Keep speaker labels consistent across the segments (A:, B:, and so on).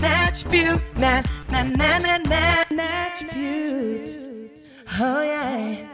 A: natch beaut, na na na na na natch beaut. Oh yeah.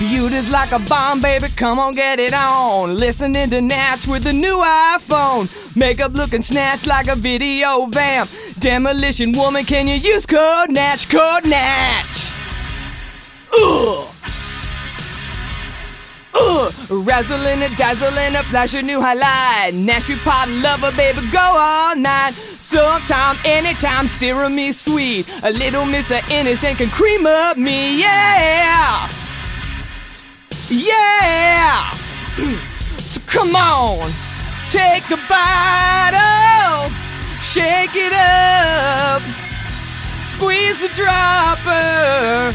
B: Beauty's like a bomb, baby, come on, get it on. Listening to Natch with the new iPhone. Makeup looking snatched like a video vamp. Demolition woman, can you use code Natch? Code Natch! Ugh! Ugh! Razzling and dazzling, a flash of new highlight. Natch you pop lover, baby, go all night. Sometime, anytime, serum is sweet. A little miss of innocent can cream up me, yeah! Yeah! so come on, take a bite, oh, shake it up, squeeze the dropper,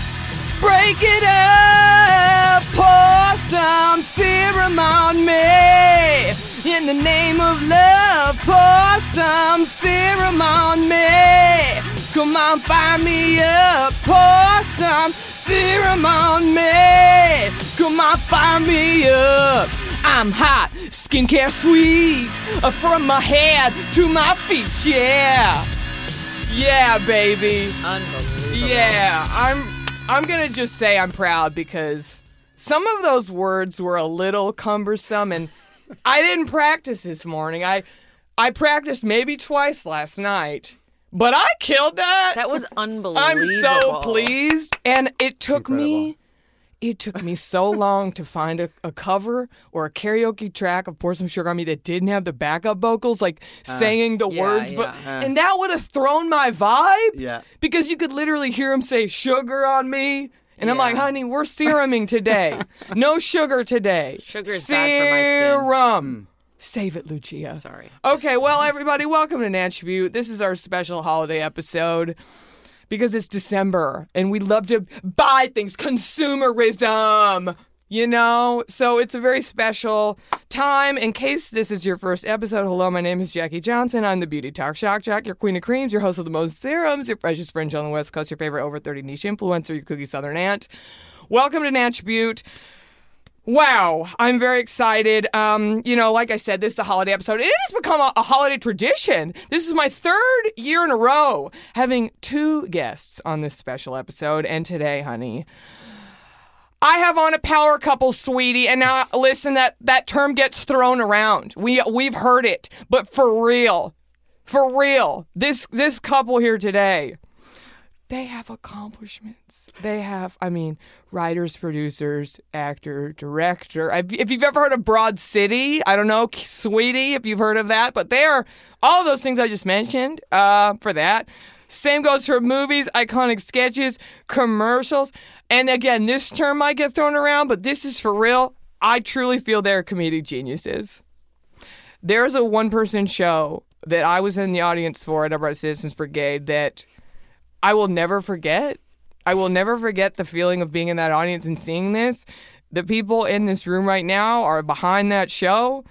B: break it up, pour some serum on me. In the name of love, pour some serum on me. Come on, fire me up, pour some serum on me. Come on, fire me up. I'm hot, skincare sweet, uh, from my head to my feet, yeah. Yeah, baby. Yeah, I'm I'm going to just say I'm proud because some of those words were a little cumbersome and I didn't practice this morning. I I practiced maybe twice last night. But I killed that.
C: That was unbelievable.
B: I'm so pleased. And it took me it took me so long to find a, a cover or a karaoke track of Pour Some Sugar on Me that didn't have the backup vocals, like saying the
C: Uh, yeah,
B: words, but
C: yeah. uh.
B: and that would have thrown my vibe.
D: Yeah.
B: Because you could literally hear him say sugar on me. And I'm like, honey, we're seruming today. no sugar today.
C: Sugar is bad for my skin.
B: Serum. Save it, Lucia.
C: Sorry.
B: Okay, well, everybody, welcome to Natchbute. This is our special holiday episode because it's December and we love to buy things, consumerism, you know? So it's a very special time. In case this is your first episode, hello, my name is Jackie Johnson. I'm the Beauty Talk Shock Jack, your queen of creams, your host of the most serums, your freshest fringe on the West Coast, your favorite over 30 niche influencer, your cookie southern aunt. Welcome to Natchbute. Wow, I'm very excited. Um, you know, like I said, this is a holiday episode. It has become a, a holiday tradition. This is my third year in a row having two guests on this special episode. And today, honey, I have on a power couple, sweetie. And now, listen, that that term gets thrown around. We we've heard it, but for real, for real, this this couple here today they have accomplishments. They have, I mean, writers, producers, actor, director. I- If you've ever heard of Broad City, I don't know, Sweetie, if you've heard of that, but they are all those things I just mentioned uh, for that. Same goes for movies, iconic sketches, commercials. And again, this term might get thrown around, but this is for real. I truly feel they're comedic geniuses there's a one person show that I was in the audience for at Upright Citizens Brigade that I will never forget. I will never forget the feeling of being in that audience and seeing this. The people in this room right now are behind that show.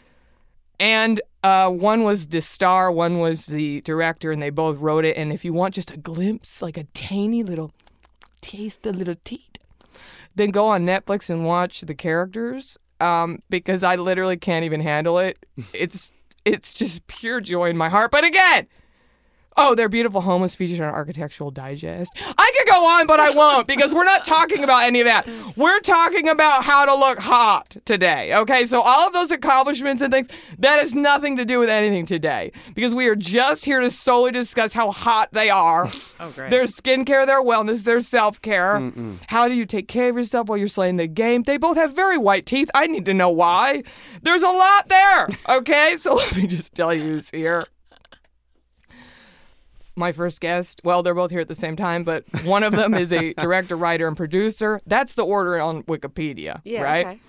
B: And uh, one was the star, one was the director, and they both wrote it. And if you want just a glimpse, like a tiny little taste, a little teat, then go on Netflix and watch the characters um, because I literally can't even handle it. It's it's just pure joy in my heart. But again, Oh, their beautiful home was featured on Architectural Digest. I could go on, but I won't because we're not talking about any of that. We're talking about how to look hot today. Okay, so all of those accomplishments and things that has nothing to do with anything today because we are just here to solely discuss how hot they are.
C: Oh, great.
B: Their skincare, their wellness, their self care. How do you take care of yourself while you're slaying the game? They both have very white teeth. I need to know why. There's a lot there. Okay, so let me just tell you who's here my first guest. Well, they're both here at the same time, but one of them is a director, writer, and producer. That's the order on Wikipedia,
C: Yeah,
B: right?
C: okay.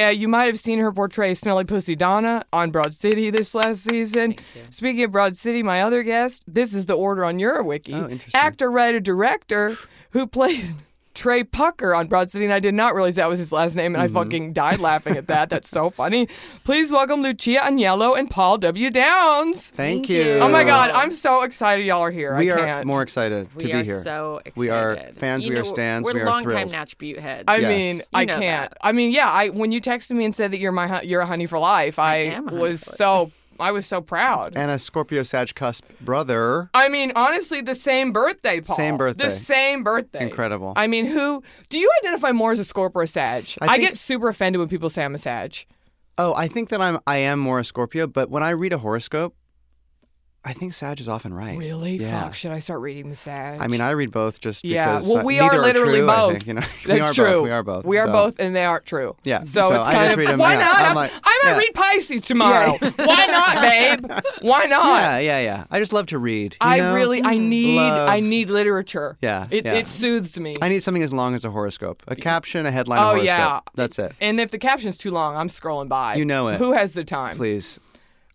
B: Uh, you might have seen her portray Smelly Pussy Donna on Broad City this last season. Speaking of Broad City, my other guest, this is the order on your wiki.
D: Oh, interesting.
B: Actor, writer, director who played Trey Pucker on Broad City, and I did not realize that was his last name, and
D: Mm-hmm.
B: I fucking died laughing at that. That's so funny. Please welcome Lucia Agnello and Paul W. Downs.
D: Thank you.
B: Oh my God, I'm so excited y'all are here.
D: We
B: I
D: are
B: can't.
D: more excited to
C: we
D: be
C: are
D: here.
C: so excited.
D: We are fans.
C: You
D: we
C: know,
D: are stands.
C: We're
D: we are
C: longtime
D: thrilled.
C: Natch Butte heads.
B: I
D: Yes.
B: mean,
D: You
B: I
C: know
B: can't.
C: that.
B: I mean, yeah. I when you texted me and said that you're my hun- you're a honey for life, I,
C: am a honey
B: was
C: for life.
B: so I was so proud.
D: and a Scorpio Sag cusp brother.
B: I mean, honestly, the same birthday, Paul.
D: Same birthday.
B: The same birthday.
D: Incredible.
B: I mean, who do you identify more as a Scorpio or Sag? I,
D: I think-
B: get super offended when people say I'm a Sag.
D: Oh, I think that I'm I am more a Scorpio, but when I read a horoscope, I think Sag is often right.
B: Really?
D: Yeah.
B: Fuck. Should I start reading the Sag?
D: I mean, I read both just
B: yeah.
D: because
B: Well,
D: uh,
B: we
D: neither
B: are literally
D: true,
B: both.
D: I think, you know?
B: That's
D: we are
B: true.
D: Both. We are both.
B: We are
D: so.
B: both, and they aren't true.
D: Yeah,
B: So,
D: so
B: it's
D: I
B: kind
D: just
B: of
D: read 'em
B: why
D: out.
B: not?
D: I'm
B: I'm,
D: like,
B: I might
D: yeah.
B: read Pisces tomorrow. why not, babe? Why not?
D: Yeah, yeah, yeah. I just love to read. you
B: I
D: know? Mm,
B: really, I need, I
D: Love.
B: need literature.
D: Yeah,
B: it,
D: yeah.
B: it soothes me.
D: I need something as long as a horoscope. A caption, a headline, a
B: oh
D: horoscope.
B: yeah,
D: That's it.
B: And if the caption's too long, I'm scrolling by.
D: You know it.
B: Who has the time?
D: Please.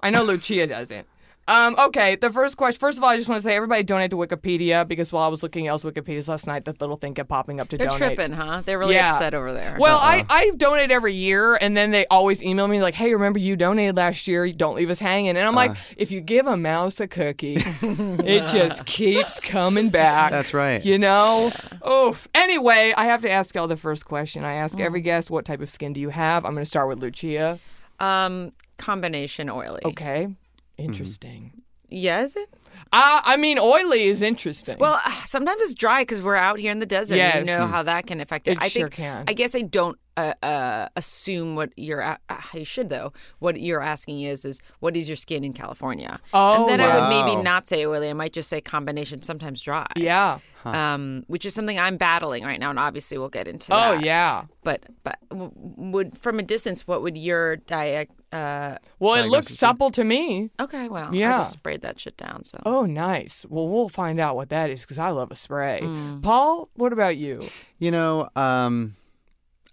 B: I know Lucia doesn't. Um, okay, the first question. First of all, I just want to say everybody donate to Wikipedia because while I was looking at else Wikipedia's last night, that little thing kept popping up to
C: They're
B: donate.
C: tripping, huh? They're really
B: Yeah.
C: upset over there.
B: Well, I, I donate every year, and then they always email me like, "Hey, remember you donated last year? You Don't leave us hanging." And I'm like,
D: Uh.
B: if you give a mouse a cookie, it just keeps coming back.
D: That's right.
B: You know. Oof. Anyway, I have to ask y'all the first question. I
C: Mm.
B: ask every guest, "What type of skin do you have?" I'm going to start with Lucia.
C: um, combination oily.
B: Okay.
D: Mm-hmm.
B: Interesting.
C: Yeah, is it?
B: Uh, I mean, oily is interesting.
C: Well, ah, sometimes it's dry because we're out here in the desert. You
B: Yes.
C: know how that can affect it.
B: It
C: I
B: sure
C: think,
B: can.
C: I guess I don't uh, uh, assume what you're. A- uh, I should though. What you're asking is, is what is your skin in California?
B: Oh,
C: and then I would maybe
D: wow.
C: not say oily. I might just say combination. Sometimes dry.
B: yeah.
C: Um, which is something I'm battling right now, and obviously we'll get into.
B: Oh,
C: that.
B: yeah.
C: But but w- would from a distance, what would your diet? Uh,
B: Well, it looks supple to me.
C: okay, well, I
B: Yeah.
C: just sprayed that shit down. So
B: Oh, nice. Well, we'll find out what that is because I love a spray.
C: Mm.
B: Paul, what about you?
D: You know, um,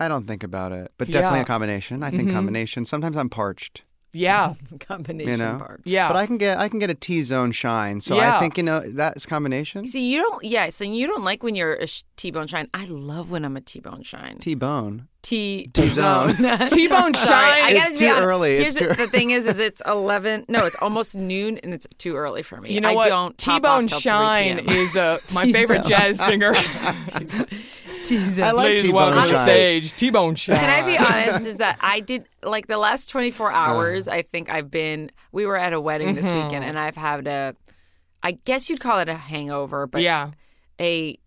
D: I don't think about it, but definitely
B: Yeah. Mm-hmm.
D: a combination. I think combination. Sometimes I'm parched.
B: Yeah,
C: combination
D: You know?
C: part.
B: yeah.
D: But I can get I can get a T zone shine. So
B: Yeah.
D: I think you know that's combination.
C: See, you don't. Yeah, so you don't like when you're a sh- T-bone shine. I love when I'm a T-bone shine.
D: T bone.
C: T
D: T-zone.
B: T-bone
C: Sorry,
B: shine.
C: I gotta
D: It's
C: be
D: too
C: honest.
D: early, it's
C: Here's the,
D: too
C: the thing is, is it's eleven. No, it's almost noon, and it's too early for me.
B: You know
C: I
B: what?
C: don't pop off
B: T-bone
C: till 3
B: shine
C: p.m.
B: is uh, my favorite jazz singer.
C: T-zone.
D: I like
B: Ladies,
D: T
B: welcome
D: bone
B: to the
D: shine.
B: stage. T-bone shine.
C: Can I be honest? Is that I did like the last 24 hours? I think I've been. We were at a wedding this
B: Mm-hmm.
C: weekend, and I've had a. I guess you'd call it a hangover, but
B: Yeah.
C: a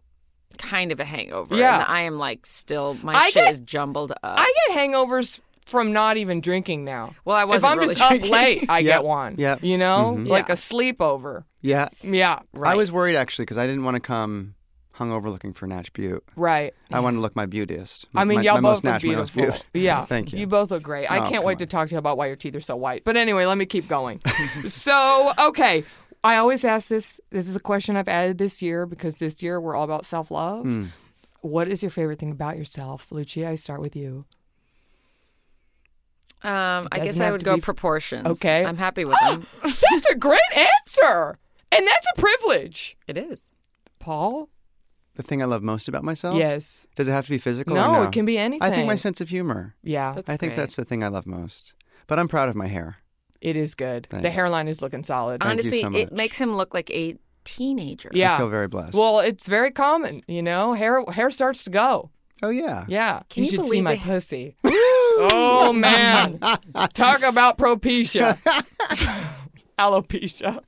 C: kind of a hangover.
B: Yeah.
C: and I am like still my
B: I
C: shit
B: get-
C: is jumbled up.
B: I get hangovers from not even drinking now.
C: well, I
B: If
C: wasn't
B: I'm
C: really
B: just up
C: drinking. Mm-hmm.
B: late, I
D: Yep,
B: get one.
D: yep.
B: You know, like
C: Yeah.
B: a sleepover.
D: Yeah.
B: Yeah, right.
D: I was worried actually because I didn't want to come hungover looking for Natch Butte.
B: right.
D: I want to look my beautiest.
B: I mean,
D: my,
B: y'all
D: my
B: both
D: most
B: look
D: Natch, my most
B: beautiful.
D: Butte.
B: Yeah,
D: Thank you.
B: You both look great. I
D: Oh,
B: can't
D: come
B: wait to talk to you about why your teeth are so white. But anyway, let me keep going. so, okay, I always ask this. This is a question I've added this year because this year we're all about self love.
D: Hmm.
B: What is your favorite thing about yourself, Lucia? I start with you.
C: Um, I guess
B: doesn't
C: I
B: have
C: would
B: to
C: go
B: be-
C: proportions.
B: Okay.
C: I'm happy with them.
B: That's a great answer, and that's a privilege,
C: It is.
B: Paul.
D: the thing I love most about myself.
B: Yes.
D: Does it have to be physical?
B: No,
D: or no,
B: it can be
D: I think my
B: anything.
D: sense of humor.
B: Yeah,
C: That's
D: I think
C: great.
D: that's the thing I love most. But I'm proud of my hair.
B: it is good. The
D: Thanks.
B: hairline is looking solid.
D: Thank you
C: honestly,
D: so
C: it
D: much.
C: makes him look like a teenager.
B: yeah.
D: I feel very blessed.
B: well, it's very common, you know. Hair hair starts to go.
D: oh yeah.
B: Yeah.
C: Can you
B: should see
C: believe
B: my
C: they-
B: pussy. oh man. Talk about propecia. Alopecia.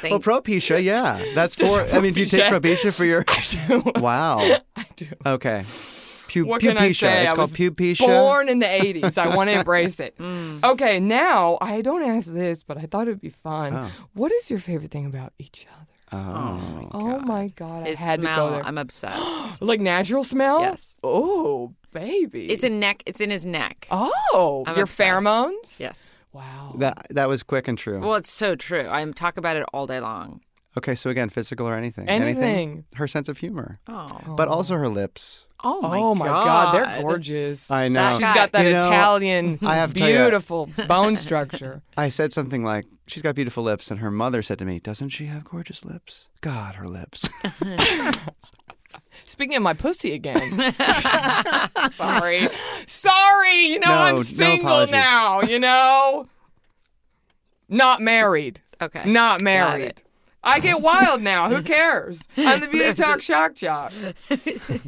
C: Thank
D: Well, Propecia, yeah. That's for. I mean, do you take Propecia for your? Wow. I do. Okay. Pu-
B: What can I
D: pupecia.
B: say?
D: It's
B: I
D: called
B: was
D: pupecia.
B: Born in the 80s. I want to embrace it. Okay, now I don't ask this, but I thought it would be fun. What is your favorite thing about each other? Oh, my God.
C: His
B: I had
C: smell.
B: to go there.
C: I'm obsessed.
B: Like natural smell?
C: Yes.
B: Oh, baby.
C: it's a neck. It's in his neck.
B: Oh,
C: I'm
B: your
C: obsessed.
B: pheromones?
C: Yes.
B: Wow.
D: That that was quick and true.
C: Well, it's so true. I'm talk about it all day long.
D: Okay, so again, physical or anything?
B: Anything.
D: Her sense of humor,
C: Oh.
D: but also her lips.
C: Oh my.
B: oh my God. They're
C: gorgeous.
B: gorgeous.
D: I know.
B: She's got that
D: You know,
B: Italian,
D: I have to tell you-
B: beautiful bone structure.
D: I said something like, "She's got beautiful lips," and her mother said to me, "Doesn't she have gorgeous lips?" God, her lips.
B: Speaking of my pussy again. Sorry.
D: Hmm.
B: Sorry. You know,
D: No,
B: I'm
D: no
B: single
D: apologies.
B: now, you know? Not married.
C: Okay.
B: Not
C: it.
B: married. I get wild now. Who cares? I'm the beauty talk shock jock.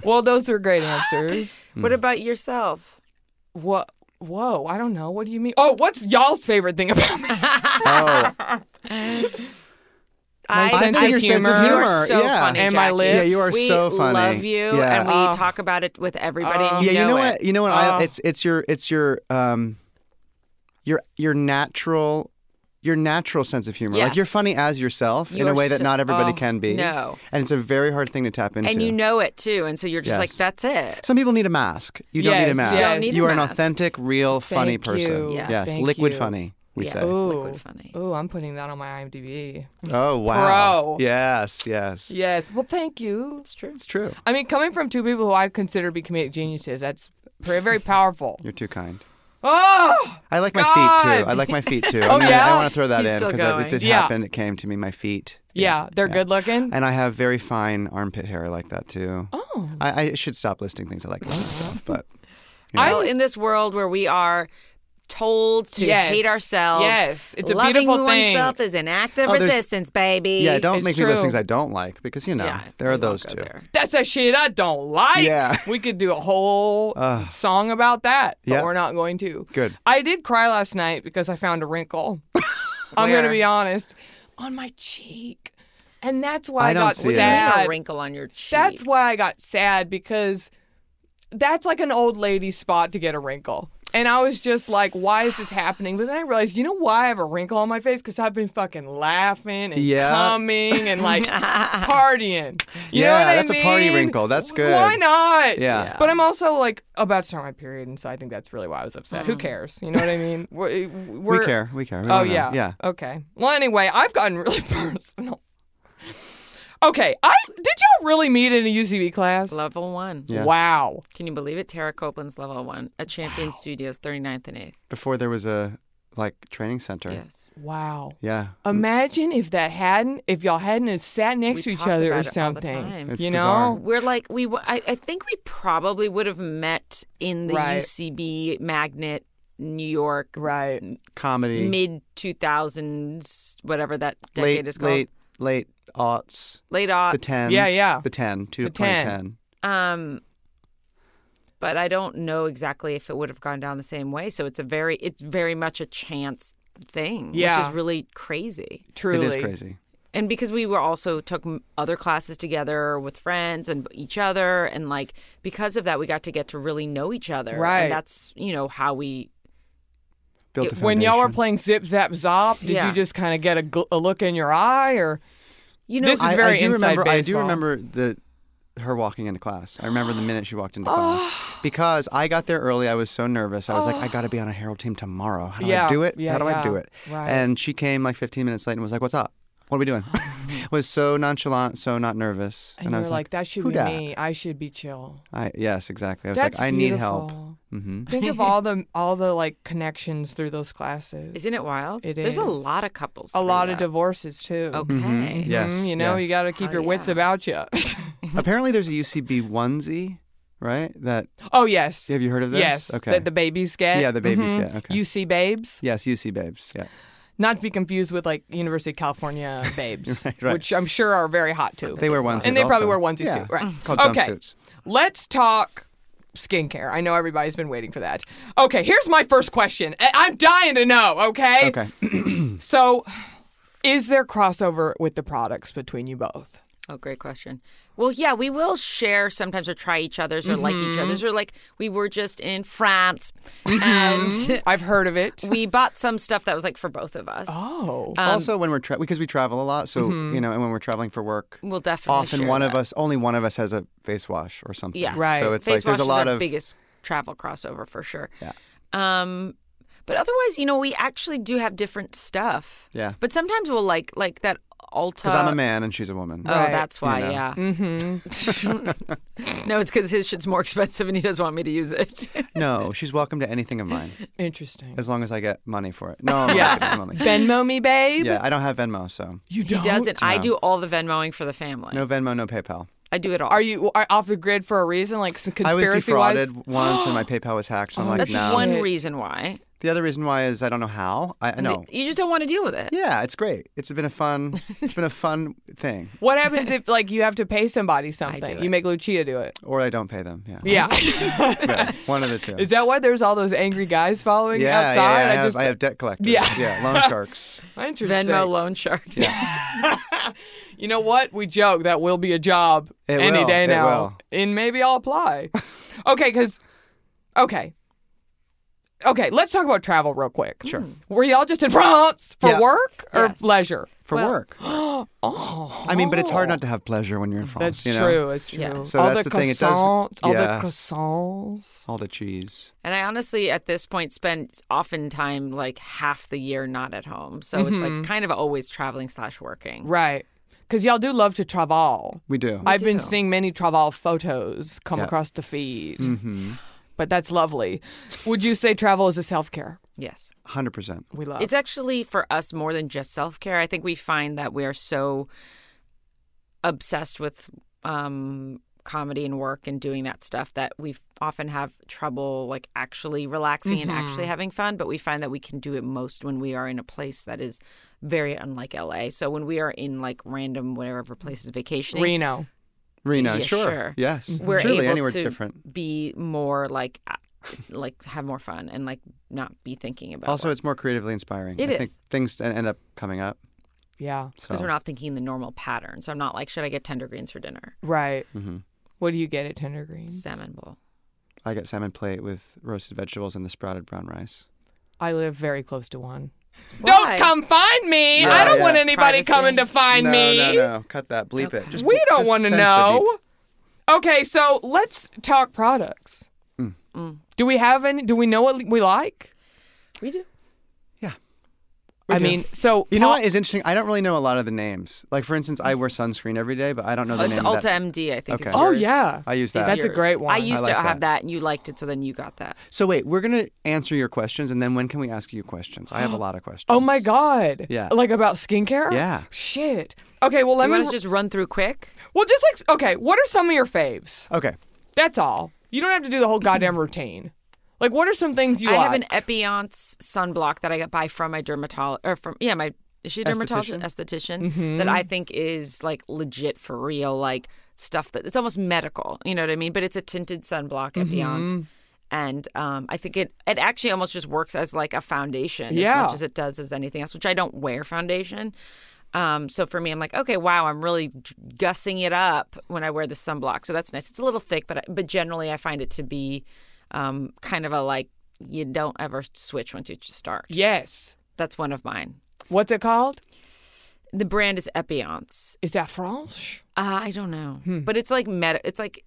B: Well, those are great answers.
C: What about yourself?
B: What? Whoa, I don't know. What do you mean? Oh, what's y'all's favorite thing about me?
D: oh,
C: I,
B: sense
C: I-
B: of Your sense of humor.
C: You are so
D: yeah.
C: funny,
B: And my
C: Jackie.
B: lips. Yeah, you
D: are
C: we
D: so funny.
C: love you,
D: Yeah.
C: and we
B: Oh.
C: talk about it with everybody. and
D: yeah.
C: you
D: You know
C: it. Oh.
D: what? You know what? I, it's it's your it's your um your your natural your natural sense of humor. Like you're
C: Yes.
D: funny as yourself
C: You
D: in a
C: are
D: way that
C: so-
D: not everybody
C: oh,
D: can be.
C: no.
D: and it's a very hard thing to tap into.
C: And you know it too, and so you're just like,
D: Yes.
C: that's it.
D: Some people need a mask. You don't need a
B: Yes,
D: mask.
B: Don't
C: need a
D: you are an
C: mask.
D: authentic, real, funny
B: Thank
D: person.
B: you.
C: Yes.
D: Yes,
B: Thank
D: liquid
B: you.
D: funny. We
C: Yes.
D: say.
C: Ooh.
D: Oh
C: Liquid funny.
B: Ooh, I'm putting that on my IMDb.
D: wow.
B: Pro.
D: Yes, yes.
B: Yes. Well, thank you.
C: It's true.
D: It's true.
B: I mean, coming from two people who I consider to be comedic geniuses, that's very, very powerful.
D: You're too kind.
B: Oh,
D: I like my feet
B: God.
D: too. I like my feet too. oh, I, mean,
B: yeah?
D: I want to throw that
C: He's
D: in
C: still
D: because
C: going.
D: it did
B: Yeah.
D: happen. It came to me. My feet.
B: yeah, they're good looking.
D: And I have very fine armpit hair. I like that too. Oh. I, I should stop listing things I like about myself, but
C: Well, in this world where we are told to
B: Yes.
C: hate ourselves,
B: Yes. It's a
C: loving
B: beautiful thing.
C: oneself is an act of
D: Oh, there's-
C: resistance, baby.
D: yeah, don't
B: It's
D: make me list
B: true.
D: things I don't like because you know
C: Yeah, we
D: there are
C: won't
D: those
C: go
D: two.
C: there.
B: That's a shit I don't like.
D: Yeah.
B: We could do a whole song about that, but
D: Yeah.
B: we're not going to.
D: Good.
B: I did cry last night because I found a wrinkle. I'm going to
C: Where?
B: be honest. On my cheek. And that's why I,
D: I don't
B: got
D: see it.
C: There's
B: sad.
C: a wrinkle on your cheek.
B: That's why I got sad because that's like an old lady spot to get a wrinkle. And I was just like, why is this happening? But then I realized, you know why I have a wrinkle on my face? Because I've been fucking laughing and
D: Yeah.
B: coming and like partying. You know
D: Yeah,
B: what I
D: that's a party
B: mean?
D: wrinkle. That's good.
B: Why not?
D: Yeah. Yeah.
B: But I'm also like about to start my period. And so I think that's really why I was upset. Who cares? You know what I mean? We're,
D: Mm. We
B: we're-
D: care. We care. We
B: Oh
D: wanna know.
B: yeah.
D: Yeah.
B: Okay. Well, anyway, I've gotten really personal. Okay. I did y'all really meet in a UCB class?
C: level one.
D: Yeah.
B: Wow.
C: Can you believe it? Tara Copeland's level one, a Champion Studios 39th and 8th.
D: Before there was a like training center.
C: Yes.
B: Wow.
D: Yeah.
B: Imagine if that hadn't, if y'all hadn't have sat next
C: We
B: to each
C: talk
B: other or
C: about it all the
B: something.
C: time. It's
B: you
D: bizarre.
B: know?
C: We're like we. w- I, I think we probably would have met in the
B: Right.
C: UCB Magnet, New York,
B: Right.
D: Comedy.
C: mid two thousands, whatever that decade
D: late,
C: is called.
D: late, late aughts.
C: late aughts.
D: The tens.
B: Yeah, yeah.
D: The ten to
B: The 10.
D: 2010.
C: Um, but I don't know exactly if it would have gone down the same way. So it's a very, it's very much a chance thing, which
B: Yeah.
C: is really crazy.
B: Truly.
D: It is crazy.
C: And because we were also took m- other classes together with friends and each other, and like because of that, we got to get to really know each other.
B: Right.
C: And that's you know how we.
D: Built a
B: When y'all were
D: foundation.
B: playing Zip Zap Zop, did
C: Yeah.
B: you just kind of get a, gl- a look in your eye or?
C: You know,
B: This is
D: I,
B: very
D: I do
B: inside
D: remember. I do
B: baseball.
D: remember the her walking into class. I remember the minute she walked into class because I got there early. I was so nervous. I was like, I got to be on a Herald team tomorrow. How do
B: Yeah,
D: I do it?
B: yeah,
D: How do
B: yeah.
D: I do it?
B: Right.
D: And she came like 15 minutes late and was like, What's up? What are we doing? was so nonchalant, so not nervous.
B: And, you
D: I
B: were
D: was
B: like, that should
D: "Who
B: be
D: dat?"
B: me. I should be chill.
D: I, yes, exactly. I was
B: That's
D: like, I need help.
B: beautiful.
D: hmm
B: Think of all the all the like connections through those classes.
C: isn't it wild?
B: It
C: There's a
B: is.
C: lot of couples.
B: a
C: through
B: lot of
C: that.
B: divorces too.
C: Okay.
D: Mm-hmm. Yes,
B: Mm, you know, you
D: yes.
B: got to keep
C: Hell
B: your wits
C: yeah.
B: about you.
D: Apparently, there's a UCB onesie, right? That
B: oh yes.
D: have you heard of this?
B: Yes.
D: Okay.
B: That the babies get.
D: Yeah, the babies
B: Mhm.
D: get, okay.
B: UC babes,
D: yes, UC babes. Yeah.
B: not to be confused with like University of California babes,
D: Right, right.
B: which I'm sure are very hot too.
D: They wear onesies.
B: and they probably wear
D: also.
B: onesies
D: yeah.
B: too. Right.
D: Called
B: okay.
D: jumpsuits.
B: Let's talk skincare. I know everybody's been waiting for that. Okay, here's my first question. I- I'm dying to know. Okay.
D: Okay.
B: So, Is there crossover with the products between you both?
C: Oh, great question. Well, yeah, we will share sometimes or try each other's or like each other's
D: Mm-hmm.
C: or like we were just in France and
B: I've heard of it.
C: we bought some stuff that was like for both of us.
B: oh.
D: also, when we're tra- because we travel a lot, so you know, and when we're traveling for work,
C: We'll definitely
D: often
C: share
D: one of
C: that.
D: us, only one of us, has a face wash or something.
C: Yes.
B: Right.
D: So it's
C: Face
D: like there's
C: wash
D: a lot
C: is our
D: of
C: biggest travel crossover for sure. Yeah. Um, but otherwise, you know, we actually do have different stuff.
D: Yeah.
C: But sometimes we'll like like that Ulta.
D: because I'm a man and she's a woman.
C: Oh,
B: Right.
C: that's why. Yeah. Mm-hmm. no, it's because his shit's more expensive and he doesn't want me to use it.
D: No, she's welcome to anything of mine
B: Interesting.
D: as long as I get money for it. No, I'm not
B: Yeah.
D: kidding, I'm only-
B: Venmo me, babe.
D: yeah, I don't have Venmo, so
B: You
C: he
B: don't.
C: doesn't. I do all the Venmoing for the family.
D: no Venmo, no PayPal.
C: I do it all.
B: Are you are off the grid for a reason? Like some
D: I was
B: conspiracy
D: defrauded
B: wise?
D: once, and my PayPal was hacked. So I'm like,
C: That's
D: no.
C: one
B: Shit.
C: reason why.
D: The other reason why is I don't know how. I I know.
C: You just don't want to deal with it.
D: Yeah, it's great. It's been a fun. It's been a fun thing.
B: What happens if like you have to pay somebody
C: do
B: something?
C: it.
B: You make Lucia do it.
D: Or I don't pay them. Yeah.
B: Yeah.
D: Yeah, One of the two.
B: Is that why there's all those angry guys following
D: yeah,
B: outside?
D: Yeah, I, have,
B: just
D: I have debt collectors.
B: Yeah.
D: yeah, loan sharks.
B: interesting.
C: Venmo loan sharks.
B: You know what? We joke that will be a job
D: It
B: any
D: will,
B: day
D: it
B: now,
D: will.
B: and maybe I'll apply. okay, because okay, okay. Let's talk about travel real quick. Sure. Were y'all just in France for
D: Yeah.
B: work or
C: Yes.
B: leisure?
D: for work. oh, I mean, but it's hard not to have pleasure when you're in
B: Oh. That's
D: France. you know?
B: true. It's true.
C: Yeah.
D: So
B: all
D: that's
B: the
D: the thing, it does-
B: croissants. all
D: yeah.
B: the croissants.
D: All the cheese.
C: And I honestly, at this point, spend oftentimes like half the year not at home. So it's like kind of always traveling slash working.
B: Right. Because y'all do love to travel.
D: We do.
B: I've been
C: do.
B: seeing many travel photos come
D: Yeah. Mm-hmm.
B: across the feed. But that's lovely. Would you say travel is a self care?
C: Yes.
D: Hundred percent.
B: We love.
C: It's actually for us more than just self care. I think we find that we are so obsessed with um, comedy and work and doing that stuff that we often have trouble like actually relaxing and actually having fun. But we find that we can do it most when we are in a place that is very unlike LA. So when we are in like random whatever places vacationing,
B: Reno.
D: Reno.
C: Yeah,
D: sure.
C: sure.
D: Yes.
B: Mm-hmm.
C: we're
D: Truly,
C: able
D: anywhere
C: to
D: different.
C: be more like uh, like have more fun and like not be thinking about
D: Also, it's more creatively inspiring.
C: It
D: I think
C: is.
D: things en- end up coming up.
B: Yeah.
D: So
C: because we're not thinking the normal pattern. So I'm not like, should I get tender greens for dinner?
B: Right.
D: Mm-hmm.
B: What do you get at Tender Greens?
C: Salmon bowl.
D: I get salmon plate with roasted vegetables and the sprouted brown rice.
B: I live very close to one.
C: Why?
B: Don't come find me. I don't
D: yeah.
B: want anybody
C: Privacy.
B: coming to find
D: no,
B: me.
D: no, no. Cut that. Bleep it. Just
B: We don't
D: just
B: want to
D: censor
B: know.
D: deep.
B: Okay, so let's talk products.
D: Hmm.
B: Mm. Do we have any? Do we know what we like?
C: We do.
D: Yeah.
B: I mean, so
D: You know
B: Paul-
D: what is interesting? I don't really know a lot of the names. Like, for instance, I wear sunscreen every day, but I don't know the
C: it's
D: name.
C: Ulta
D: of that.
C: MD, I think. is
D: Okay. Oh,
C: yours.
B: yeah.
D: I use
C: Is
D: that.
B: That's a
C: yours.
B: great one.
C: I used
D: I like
C: to have
D: that.
C: that, and you liked it, so then you got that.
D: So wait, we're gonna answer your questions, and then when can we ask you questions? I have a lot of questions.
B: Oh my god.
D: Yeah.
B: Like about skincare?
D: Yeah.
B: Shit. Okay, well let
C: You
B: me
C: want us to just run through quick?
B: Well just like okay, what are some of your faves?
D: Okay.
B: That's all. You don't have to do the whole goddamn routine. Like what are some things you
C: I
B: like?
C: have an Epionce sunblock that I buy from my dermatologist, or from yeah, my is she a dermatologist, esthetician
B: Mm-hmm.
C: that I think is like legit for real, like stuff that it's almost medical. You know what I mean? But it's a tinted sunblock
B: Mm-hmm.
C: Epionce, and um, I think it it actually almost just works as like a foundation
B: Yeah.
C: as much as it does as anything else. Which I don't wear foundation. Um, so for me, I'm like, okay, wow, I'm really gussing it up when I wear the sunblock. So that's nice. It's a little thick, but but generally, I find it to be um, kind of a like you don't ever switch once you start.
B: yes.
C: that's one of mine.
B: What's it called?
C: The brand is Epionce.
B: Is that French?
C: Uh, I don't know,
B: Hmm.
C: but it's like med. It's like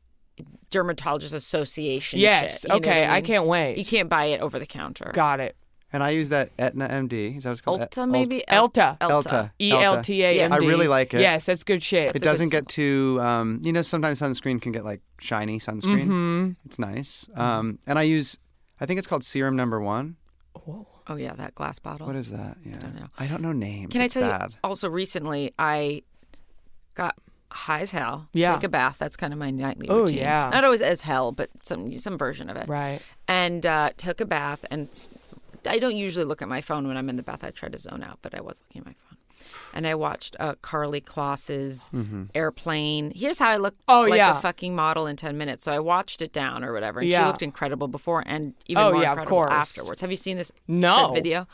C: dermatologist association.
B: Yes.
C: shit, you know what
B: Okay, I
C: mean?
B: can't wait.
C: You can't buy it over the counter.
B: Got it.
D: And I use that Etna MD. Is that what it's called? E-
C: Ulta maybe
B: Elta.
C: Elta.
D: Elta.
B: E L T A M D.
D: I really like it.
B: Yes, that's good shit.
D: it doesn't get too. Um, you know, sometimes sunscreen can get like shiny sunscreen. It's nice. Um, and I use. I think it's called Serum Number One.
C: Oh yeah, that glass bottle.
D: What is that? Yeah. I
C: don't know.
D: I don't know names.
C: Can I
D: It's
C: tell
D: bad.
C: you? Also, recently I got high as hell.
B: Yeah.
C: Take a bath. That's kind of my nightly
B: Oh,
C: routine.
B: yeah.
C: Not always as hell, but some some version of it.
B: Right.
C: And uh, took a bath, and s- I don't usually look at my phone when I'm in the bath. I try to zone out, but I was looking at my phone. And I watched uh, Carly Kloss's airplane. Here's how I look
B: Mm-hmm. Oh,
C: like
B: yeah.
C: a fucking model in ten minutes. So I watched it down or whatever, and
B: Yeah.
C: she looked incredible before and even
B: Oh,
C: more
B: yeah, of
C: incredible
B: course.
C: afterwards. Have you seen this
B: No.
C: said video?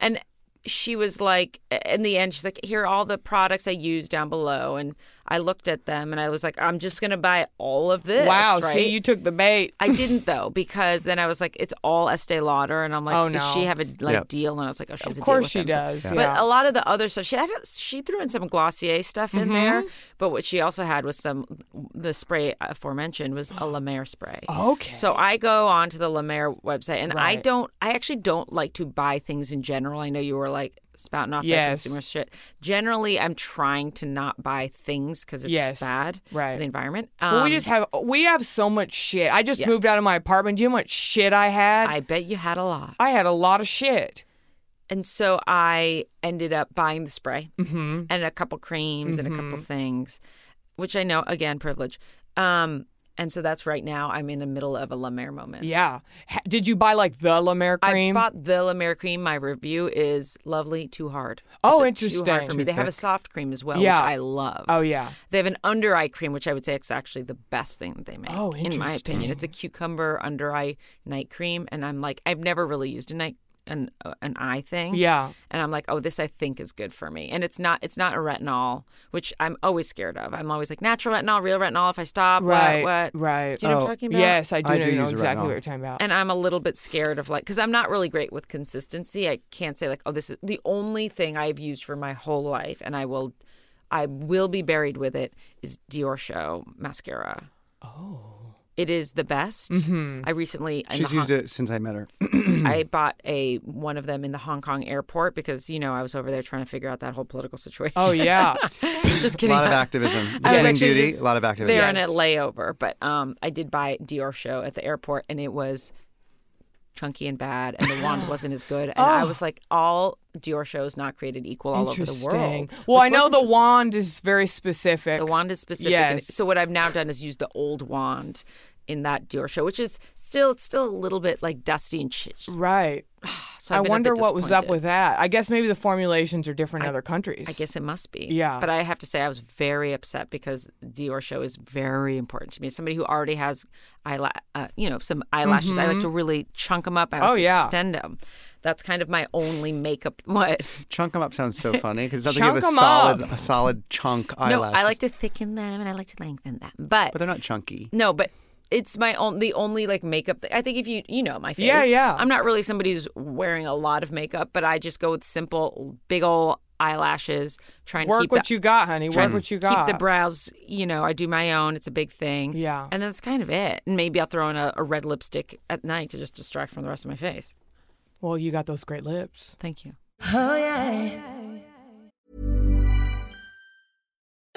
C: And she was like, in the end, she's like, here are all the products I use down below. And I looked at them and I was like, I'm just going to buy all of this.
B: wow,
C: right?
B: see, you took the bait.
C: I didn't though because then I was like, it's all Estee Lauder, and I'm like,
B: Oh,
C: does
B: no.
C: she have a like
D: Yep.
C: deal? And I was like, oh, she has
B: Of
C: a
B: course
C: deal
B: she
C: with them.
B: does.
C: So-
B: Yeah.
C: But a lot of the other stuff, she had, she threw in some Glossier stuff
B: Mm-hmm.
C: in there, but what she also had was some the spray aforementioned was a La Mer spray.
B: Okay.
C: So I go on to the La Mer website, and I
B: Right.
C: don't, I actually don't like to buy things in general. I know you were like spouting off that
B: Yes.
C: consumer shit. Generally, I'm trying to not buy things because it's
B: Yes.
C: bad
B: Right.
C: for the environment.
B: Well, we
C: Um,
B: just have we have so much shit. I just
C: Yes.
B: moved out of my apartment. Do you know what shit I had?
C: I bet you had a lot.
B: I had a lot of shit.
C: And so I ended up buying the spray
B: Mm-hmm.
C: and a couple creams and a couple things, which I know again privilege. Um, and so that's right now I'm in the middle of a La Mer moment.
B: Yeah. Ha- Did you buy like the La Mer cream?
C: I bought the La Mer cream. My review is lovely, too hard.
B: Oh,
C: It's a Too hard
B: interesting.
C: for me. They have a
D: thick.
C: soft cream as well,
B: Yeah.
C: which I love.
B: oh yeah.
C: They have an under eye cream, which I would say is actually the best thing that they make.
B: Oh,
C: In my
B: interesting.
C: opinion, it's a cucumber under eye night cream, and I'm like, I've never really used a night an uh, an eye thing.
B: Yeah.
C: and I'm like, oh, this I think is good for me, and it's not it's not a retinol, which I'm always scared of. I'm always like natural retinol, real retinol. If I stop,
B: Right.
C: what, what?
B: Right.
C: Do you know what
D: Oh,
C: I'm talking about?
B: Yes, I do,
D: I
B: know,
D: do
B: know
D: use a
B: exactly what
D: retinol.
B: you're talking about.
C: and I'm a little bit scared of like because I'm not really great with consistency. I can't say like, oh, this is the only thing I've used for my whole life, and I will, I will be buried with it. Is Dior Show mascara? Oh, it is the best. I recently in
D: Mm-hmm. She's
C: the
D: used
C: Hong-
D: it since I met her.
C: I bought a one of them in the Hong Kong airport because you know I was over there trying to figure out that whole political situation.
B: oh yeah.
C: just
D: A
C: kidding.
D: lot of activism.
C: I was
D: Getting
C: actually
D: duty,
C: just
D: a lot of activism.
C: They're in a layover, but um, I did buy Dior show at the airport, and it was chunky and bad, and the wand wasn't as good. And
B: Oh.
C: I was like, all Dior shows not created equal all over the
B: Interesting.
C: world.
B: Well,
C: which
B: I know
C: was
B: the
C: interesting.
B: wand is very specific.
C: The wand is specific. and-
B: Yes.
C: so what I've now done is use the old wand in that Dior show, which is still it's still a little bit like dusty and shit.
B: Right.
C: So I've
B: I
C: been a
B: wonder
C: bit
B: what was up
C: disappointed.
B: with that. I guess maybe the formulations are different in other countries.
C: I guess it must be.
B: Yeah.
C: But I have to say, I was very upset because Dior show is very important to me. As somebody who already has, eyela- uh, you know, some eyelashes, I like to really chunk them up. I like
B: Mm-hmm. Oh,
C: to
B: yeah.
C: extend them. That's kind of my only makeup. What?
D: Chunk 'em up sounds so funny because I think you have a
B: Chunk 'em
D: solid,
B: up.
D: a solid chunk
C: No,
D: eyelash.
C: I like to thicken them and I like to lengthen them. But,
D: but they're not chunky.
C: no, but. It's my own the only like makeup. That, I think if you you know my face,
B: Yeah, yeah.
C: I'm not really somebody who's wearing a lot of makeup, but I just go with simple, big old eyelashes. Trying to
B: Work
C: keep
B: what
C: the,
B: you got, honey. Work what you got.
C: Keep the brows, you know, I do my own. It's a big thing.
B: Yeah.
C: And that's kind of it. And maybe I'll throw in a, a red lipstick at night to just distract from the rest of my face.
B: well, you got those great lips.
C: Thank you.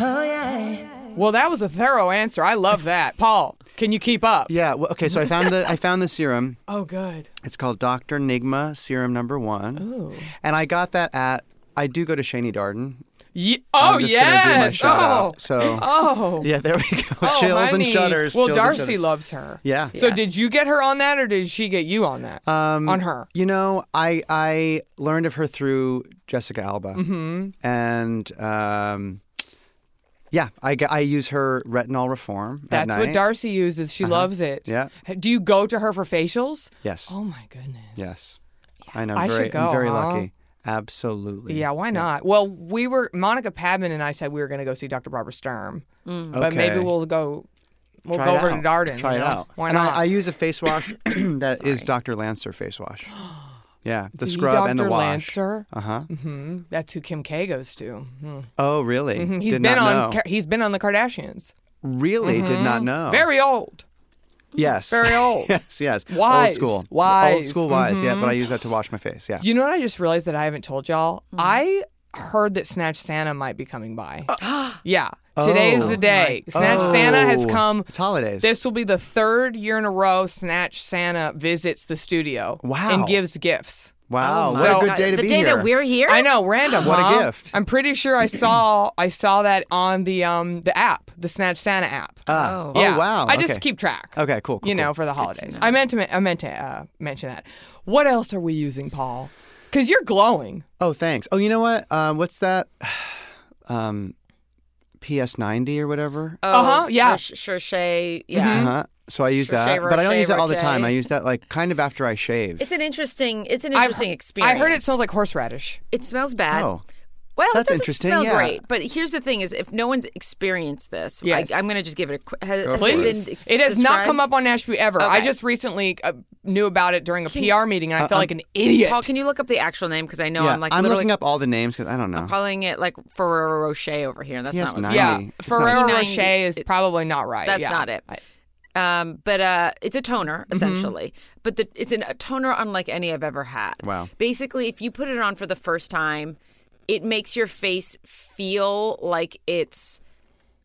B: Well, that was a thorough answer. I love that. Paul, can you keep up?
D: Yeah. Well, okay. So I found the I found the serum.
B: Oh, good.
D: It's called Doctor Nigma Serum Number One. Ooh.
B: Oh.
D: And I got that at. I do go to Shani Darden.
B: Ye- oh,
D: I'm just gonna do my
B: yes.
D: shout
B: oh.
D: out. So
B: Oh.
D: yeah, there we go.
B: Oh,
D: Chills
B: honey.
D: and shudders.
B: Well,
D: chills and
B: Darcy
D: shudders.
B: loves her.
D: Yeah.
B: So did you get her on that, or did she get you on that? Um, on her.
D: You know, I I learned of her through Jessica Alba, mm-hmm. and um, yeah, I, g- I use her retinol reform. at
B: That's what
D: night. Uh-huh.
B: Darcy uses. She loves it.
D: Yeah.
B: Do you go to her for facials?
D: Yes.
B: Oh my goodness.
D: Yes. I know.
B: I
D: very,
B: should go,
D: I'm very
B: huh?
D: lucky. Absolutely.
B: Yeah, why not? Well, we were Monica Padman and I said we were going to go see Dr. Barbara Sturm, but maybe
D: Okay.
B: we'll go. We'll
D: Try
B: go
D: it
B: over
D: out.
B: to Darden.
D: Try
B: you
D: it
B: know?
D: out.
B: Why
D: and
B: not?
D: I, I use a face wash that is Dr. Lancer face wash. Yeah, the, scrub
B: Dr.
D: and the wash.
B: Lancer.
D: Uh huh.
B: Hmm, That's who Kim K goes to. Hmm.
D: Oh, really?
B: He's been
D: did not
B: on.
D: Know. Oh.
B: Ka- He's been on the Kardashians.
D: Really, did not know.
B: Very old.
D: yes.
B: very old.
D: yes. Yes.
B: Wise,
D: Old school.
B: wise. Mm-hmm.
D: Old school wise. Yeah, but I use that to wash my face. Yeah. Hmm.
B: You know what I just realized that I haven't told y'all? I heard that Snatch Santa might be coming by. yeah. Today is
D: Oh.
B: the day. Snatch Santa has
D: Oh,
B: come.
D: It's holidays.
B: This will be the third year in a row Snatch Santa visits the studio
D: Wow.
B: and gives gifts. Oh
D: wow, what
B: my
D: a good
B: God.
D: day to
C: uh, the
D: be
C: day
D: here.
C: that we're here.
B: I know, random.
D: What a
B: huh?
D: gift.
B: I'm pretty sure I saw I saw that on the um the app, the Snatch Santa app.
D: Ah.
B: yeah.
D: Oh wow.
B: I just
D: Okay.
B: keep track.
D: Okay, cool, cool,
B: you know,
D: cool.
B: for the holidays. I meant to. men- I meant to uh, mention that. What else are we using, Paul? Because you're glowing.
D: Oh, thanks. Oh, you know what? Um, what's that? Um, PS90 or whatever.
C: Oh,
B: Uh-huh, yeah.
C: the Sh- Shershey, yeah.
D: Uh-huh. So I use
C: Sure,
D: that,
C: shave,
D: but I don't
C: roche,
D: use that all the
C: roche.
D: time. I use that like kind of after I shave.
C: It's an interesting. It's an
B: I've-
C: interesting experience.
B: I heard it smells like horseradish.
C: It smells bad.
D: Oh.
C: Well, it
D: That's
C: doesn't
D: interesting,
C: smell
D: yeah.
C: great. But here's the thing: is if no one's experienced this,
B: Yes.
C: I, am going to just give it a quick. Has,
D: Go
C: has
D: for it.
C: it been
B: Please.
C: ex-
B: It has not come up
C: described?
B: on Nashville ever. I
C: Okay.
B: just recently uh, knew about it during a PR meeting,
D: Uh,
B: and I
D: um,
B: felt like an idiot.
C: Paul, can you look up the actual name? Because I know
D: yeah,
C: I'm like
D: I'm
C: literally
D: looking up all the names because I don't know.
C: calling it like Ferrero Rocher over here. and That's
D: Yes,
C: not what's
D: nice.
B: yeah,
D: It's not-
B: Ferrero
C: P90
B: Rocher is
C: it-
B: probably not right.
C: That's
B: yeah. Mm-hmm.
C: not it. Um, but uh, it's a toner essentially. But the, it's an, a toner unlike any I've ever had.
D: Wow.
C: Basically, if you put it on for the first time, it makes your face feel like it's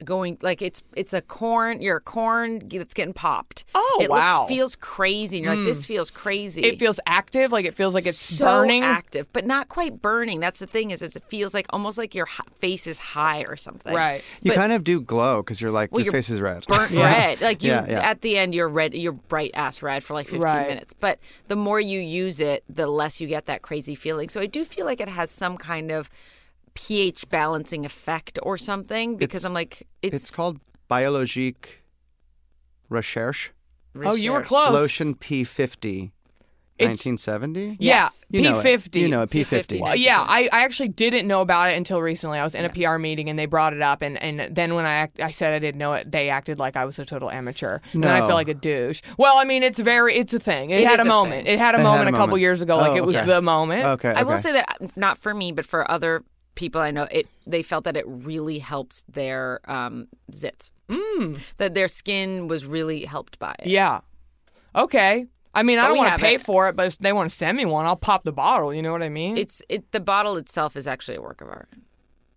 C: going like it's it's a corn. You're a corn that's getting popped.
B: Oh,
C: it
B: wow. Mm.
C: Looks, feels crazy. And you're like, this feels crazy.
B: It feels active, like it feels like it's
C: so
B: burning.
C: active, but not quite burning. That's the thing is, is it feels like almost like your h- face is high or something.
B: Right.
D: you
C: but-
D: kind of do glow because you're like
C: Well,
D: your
C: you're
D: face is red.
C: burnt red. Like you
D: Yeah, yeah.
C: at the end you're red you're bright ass red for like 15
B: Right.
C: minutes. But the more you use it, the less you get that crazy feeling. So I do feel like it has some kind of pH balancing effect or something because
D: It's-
C: I'm like it's,
D: It's called Biologique Recherche
B: Oh, you were
C: research.
B: close.
D: Lotion P50,
B: It's-
D: 1970.
B: Yeah,
C: Yes.
D: You know it.
B: P50.
D: You know it, P50.
B: Well, Uh, yeah, I, I actually didn't know about it until recently. I was in a PR meeting and they brought it up, and, and then when I act, I said I didn't know it, they acted like I was a total amateur. And then I
D: No.
B: felt like a douche. Well, I mean, it's very, it's a thing. It,
C: It
B: had
C: is
B: a
C: a
B: moment.
C: thing.
B: It had a
D: It had
B: moment
D: a
B: a couple
D: moment.
B: years ago, like
D: Oh,
B: it was
D: okay.
B: the moment.
D: Okay.
C: I will
D: okay.
C: say that um, not for me, but for other people I know, it they felt that it really helped their um, zits.
D: Mm.
C: That their skin was really helped by it.
B: Yeah. Okay. I mean, I
C: But
B: don't
C: we
B: want
C: have
B: to pay
C: it.
B: for it, but if they want to send me one, I'll pop the bottle. You know what I mean?
C: It's it the bottle itself is actually a work of art.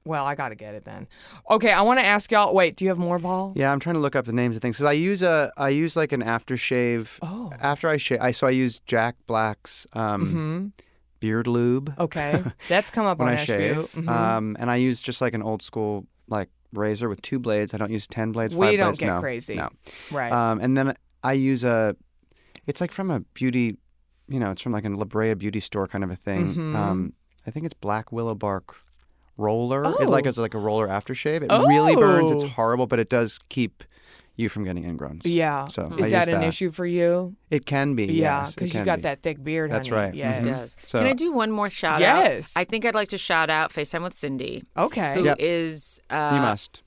B: well, I got to get it then. Okay, I want to ask y'all. Wait, do you have more, Paul?
D: Yeah, I'm trying to look up the names of things because I use a I use like an aftershave. Oh. After I shave, I so I use Jack Black's um,
B: Mm-hmm.
D: beard lube
B: Okay, that's come up
D: when
B: on
D: I
B: Ash
D: shave,
B: Butte. Mhm.
D: um, and I use just like an old school like razor with two blades. I don't use ten blades.
B: We
D: five
B: don't
D: blades.
B: get
D: no,
B: crazy.
D: No.
B: Right.
D: Um, and then I use a. It's like from a beauty, you know, it's from like a La Brea beauty store kind of a thing.
B: Mm-hmm.
D: Um, I think it's black willow bark roller. It like is like a roller aftershave. It really burns. It's
B: Oh.
D: horrible, but it does keep you from getting ingrowns.
B: yeah.
D: So I
B: is
D: use
B: that an
D: that.
B: issue for you?
D: It can be.
B: Yeah,
D: because
B: you got that thick beard.
D: That's
B: honey.
D: right.
B: Yes.
D: Mhm.
C: It does.
D: So-
C: Can I do one more shout out?
B: Yes.
C: I think I'd like to shout out FaceTime with Cindy,
B: Okay.
C: who is
D: Yep.
C: uh,
D: You must.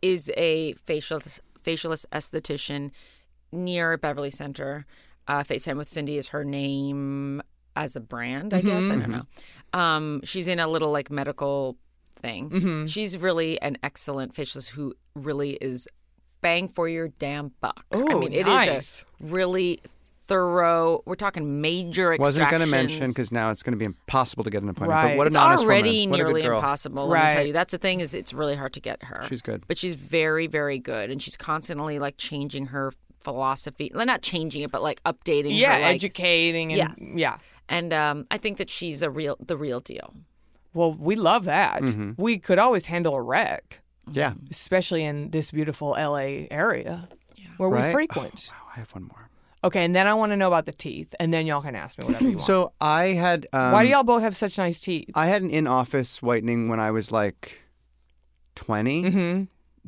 C: is a facial facialist esthetician near Beverly Center. Uh, FaceTime with Cindy is her name as a brand, I guess. I
D: Mm-hmm.
C: don't know. Um, she's in a little like medical thing.
D: Mm-hmm.
C: She's really an excellent facialist who really is bang for your damn buck. I
B: Ooh,
C: mean, it is
B: nice.
C: a really thorough. We're talking major
D: Wasn't
C: extractions.
D: going to mention because now it's going to be impossible to get an appointment.
B: Right.
D: But what
C: it's
D: an honest
C: already
D: woman. What a good
C: nearly
D: girl.
C: impossible. Let me tell
B: Right.
C: you, that's the thing is it's really hard to get her.
D: She's good.
C: but she's very, very good, and she's constantly like changing her philosophy. Well, not changing it, but like updating.
B: yeah,
C: her, like-
B: educating and
C: Yes.
B: yeah.
C: And um, I think that she's a real, the real deal.
B: Well, we love that.
D: Mm-hmm.
B: We could always handle a wreck,
D: Yeah.
B: especially in this beautiful LA area where we
D: Right?
B: frequent.
D: Wow, Oh, I have one more.
B: Okay, and then I want to know about the teeth, and then y'all can ask me whatever you want.
D: So I had. Um,
B: Why do y'all both have such nice teeth?
D: I had an in-office whitening when I was like 20
B: Mm-hmm.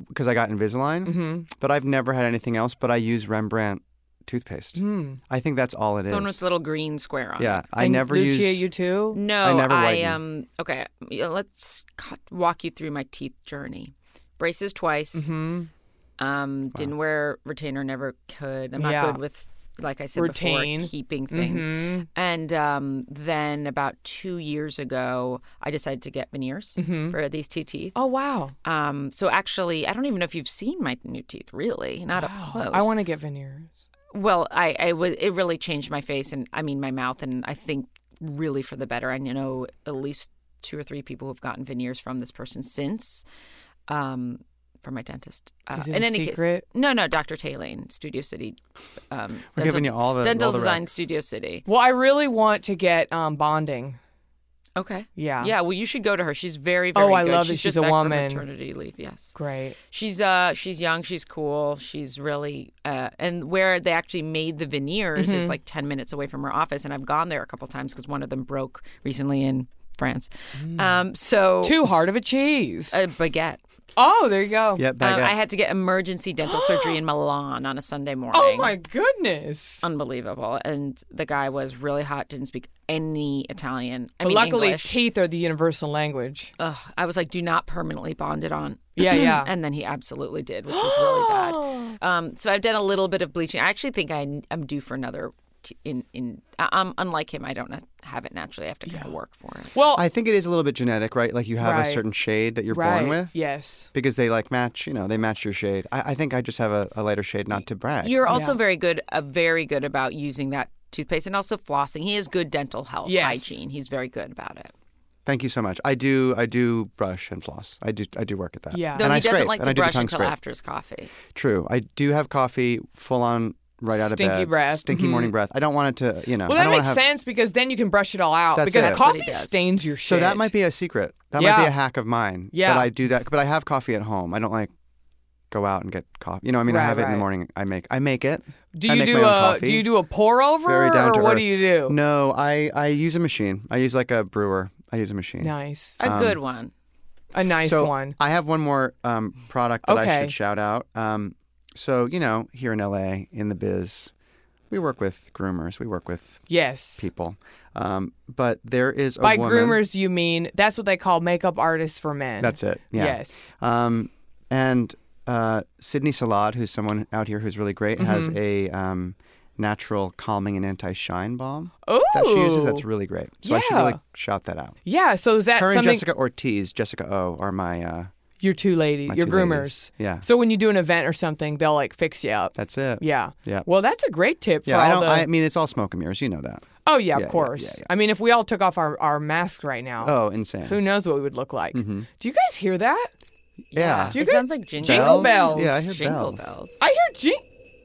D: because I got Invisalign, but I've never had anything else. But I use Rembrandt toothpaste. I think that's all it is.
C: The one with the little green square on.
D: yeah,
C: it.
D: I
B: Hmm. And
D: never
B: Lucia,
D: use.
B: you too.
C: No,
D: I
C: I,
D: never whiten.
C: um. Okay, yeah, let's cut, walk you through my teeth journey. Braces twice. Um, didn't wear retainer, never could. I'm not
B: Yeah.
C: good with, like I said
B: Routine.
C: before, keeping things. And um, then about two years ago, I decided to get veneers for these two teeth.
B: Oh wow,
C: Um, so actually, I don't even know if you've seen my new teeth, really, not up close.
B: I want to get veneers.
C: Well, I, I was it really changed my face and I mean my mouth and I think really for the better. I know at least two or three people who've gotten veneers from this person since. Um, from my dentist. Uh,
B: Is it
C: in
B: a
C: any
B: secret?
C: case, no, no, Dr. Taylane, Studio City. Um,
D: We're giving you all the-
C: dental
D: all the
C: design,
D: recs.
C: Studio City.
B: Well, I really want to get um, bonding.
C: Okay.
B: Yeah.
C: Yeah. Well, you should go to her. She's very,
B: Oh,
C: very.
B: I
C: good.
B: love that
C: she's
B: she's
C: just
B: a
C: back from
B: woman.
C: maternity leave. Yes.
B: Great.
C: She's uh she's young, she's cool, she's really uh and where they actually made the veneers is
B: Mm-hmm.
C: like 10 minutes away from her office and I've gone there a couple times cuz one of them broke recently in France.
B: Mm.
C: Um so
B: Too hard of a cheese.
C: a baguette.
B: oh, there you go.
D: Yeah,
C: Um,
D: back
C: I had to get emergency dental surgery in Milan on a Sunday morning.
B: Oh my goodness.
C: Unbelievable. And the guy was really hot, didn't speak any Italian. I mean,
B: Luckily,
C: English.
B: teeth are the universal language.
C: Ugh, I was like, do not permanently bond it on.
B: Yeah, yeah.
C: and then he absolutely did, which was really bad. Um, so I've done a little bit of bleaching. I actually think I, am due for another. T- in in I- I'm unlike him. I don't na- have it naturally. I have to kind of work for it.
B: Well,
D: I think it is a little bit genetic, right? Like you have
B: Right.
D: a certain shade that you're
B: right.
D: born with.
B: Yes.
D: Because they like match, you know, they match your shade. I, I think I just have a, a lighter shade, not to brag.
C: You're also very good, uh, very good about using that toothpaste and also flossing. He has good dental health,
B: Yes.
C: hygiene. He's very good about it.
D: Thank you so much. I do, I do brush and floss. I do, I do work at that.
B: Yeah.
C: Though
D: and
C: he
D: I
C: doesn't
D: scrape,
C: like
D: and
C: to
D: I do the
C: brush
D: tongue
C: until
D: scrape.
C: after his coffee.
D: True. I do have coffee full on right out of
B: Stinky
D: bed.
B: breath. Mm-hmm.
D: Stinky morning breath. I don't want it to, you know.
B: Well,
D: I
B: that
D: don't wanna
B: makes
D: have,
B: sense because then you can brush it all out
D: That's
B: because
D: it. That's what
B: coffee
C: he does.
B: stains your
D: So
B: shit.
D: that might be a secret. That might
B: Yeah.
D: be a hack of mine.
B: Yeah.
D: That I do that, but I have coffee at home. I don't like go out and get coffee. You know, I mean,
B: Right,
D: I have it in
B: right.
D: the morning. I make, I make it.
B: Do
D: I
B: you
D: make
B: do
D: my
B: a
D: own coffee.
B: do you do a pour over
D: Very down
B: or
D: to
B: what
D: earth.
B: do you do?
D: No, I I use a machine. I use like a brewer. I use a machine.
B: Nice,
C: A good one.
B: a nice
D: so
B: one.
D: I have one more um, product that I
B: Okay.
D: should shout out. Um, so you know, here in LA, in the biz, we work with groomers. We work with
B: Yes.
D: people. Um, but there is a
B: By
D: woman-
B: groomers, you mean that's what they call makeup artists for men.
D: That's it. Yeah.
B: Yes.
D: Um, and uh, Sydney Salad, who's someone out here who's really great,
B: Mm-hmm.
D: has a um, natural calming and anti-shine balm that she uses. That's
B: Ooh.
D: really great. So I should
B: Yeah.
D: really shout that out.
B: Yeah. So is that
D: Her and
B: something?
D: Jessica Ortiz, Jessica O, are my. Uh,
B: your two ladies,
D: My
B: your
D: two
B: groomers.
D: ladies. Yeah.
B: So when you do an event or something, they'll like fix you up.
D: that's it.
B: yeah.
D: Yeah.
B: Well, that's a great tip for
D: Yeah, I
B: all
D: don't.
B: the.
D: I mean, it's all smoke and mirrors. You know that.
B: oh yeah,
D: yeah,
B: of
D: yeah,
B: course.
D: yeah, yeah.
B: I mean, if we all took off our our masks right now,
D: Oh, Mm-hmm. insane.
B: who knows what we would look like? Do you guys hear that?
D: yeah.
C: It
B: Do you
C: sounds
B: guys-
C: like jingle,
B: Jingle bells.
D: Yeah, I hear
C: Jingle
D: bells.
C: bells.
B: I hear jing.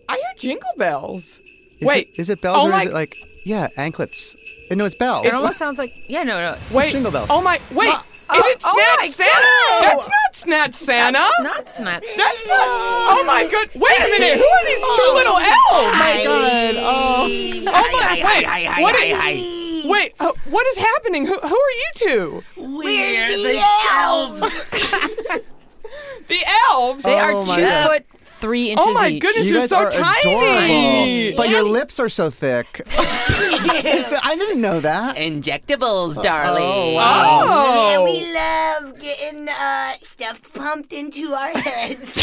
B: I hear jingle bells.
D: Is
B: Wait,
D: it, is it bells
B: oh
D: or
B: my-
D: is it like yeah anklets? Uh, No, it's bells.
C: It almost sounds like yeah, no, no.
B: Wait.
D: jingle bells. Uh,
B: Oh my. Wait. is it
C: oh
B: Snatch
C: my
B: Santa?
C: God.
B: That's not Snatch Santa.
C: That's not snatch.
B: That's not. Oh my god. Wait a minute. Who are these two little elves?
D: Oh. my god! Oh,
B: Oh my. Wait. What is? Wait. uh, What is happening? Who, who are you two?
C: We're the elves.
B: The elves.
C: They
D: Oh
C: are
D: my
C: two
D: God.
C: foot three inches
B: Oh my
C: each.
B: goodness,
D: you
B: you're
D: guys
B: so
D: are
B: tiny.
D: adorable, but your lips are so thick. It's- I didn't know that.
E: Injectables, darling.
B: Oh.
F: And we love getting uh, stuff pumped into our heads.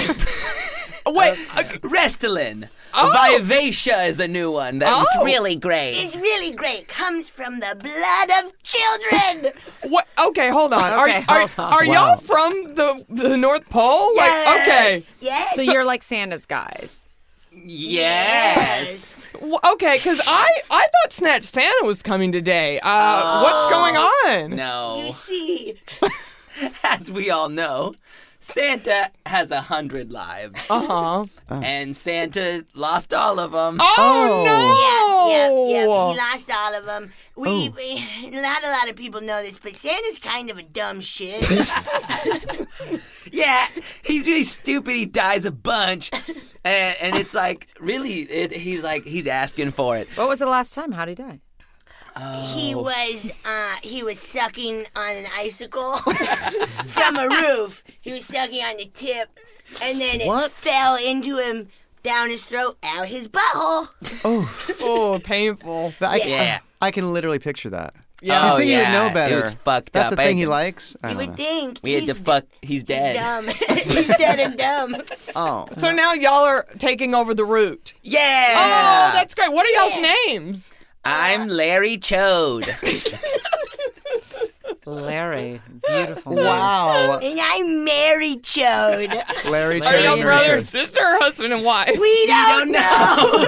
B: Wait. uh,
E: Restylane. Vivacia is a new one. That's
B: Oh.
E: really great.
F: it's really great. Comes from the blood of children.
B: what? Okay. Hold on. Are,
C: Okay,
B: are,
C: hold on.
B: are
D: Wow.
B: y'all from the the North Pole? Like. Okay.
F: Yes.
C: So you're like Santa's guys.
E: Yes.
B: W- Okay. Because I I thought Snatch Santa was coming today. Uh, what's going on?
F: you
E: No.
F: see,
E: As we all know, Santa has a hundred lives.
B: Uh huh.
E: And Santa lost all of them.
B: Oh,
F: yeah,
B: no!
F: yeah, he lost all of them. We, we, not a lot of people know this, but Santa's kind of a dumb shit.
E: Yeah, he's really stupid. He dies a bunch. And, and it's like, really, it, he's like, he's asking for it.
C: What was the last time? How'd he die?
E: Oh.
F: He was uh, he was sucking on an icicle from a roof. He was sucking on the tip, and then it
D: What?
F: fell into him, down his throat, out his butthole.
E: Uh-huh.
B: Oh, painful.
D: I,
E: Yeah.
D: I, I can literally picture that.
B: Yeah.
D: you
E: Oh,
D: think
E: yeah.
D: you know better.
E: It was fucked
D: That's
E: up.
D: the
E: I
D: thing he
E: can-
D: likes. I
F: You
D: don't
F: would
D: know.
F: think
E: We had to
F: he's
E: fuck. He's dead.
F: dumb. he's dead and dumb.
D: Oh,
B: So now y'all are taking over the route.
E: Yeah.
B: Oh, that's great. What are y'all's names?
E: I'm Larry Chode.
C: Larry, beautiful.
D: wow,
F: And I'm Mary Chode.
D: Larry.
B: Are
D: Cherry
B: y'all
D: Mary
B: brother,
D: Cherry.
B: sister, or husband and wife?
F: We don't know.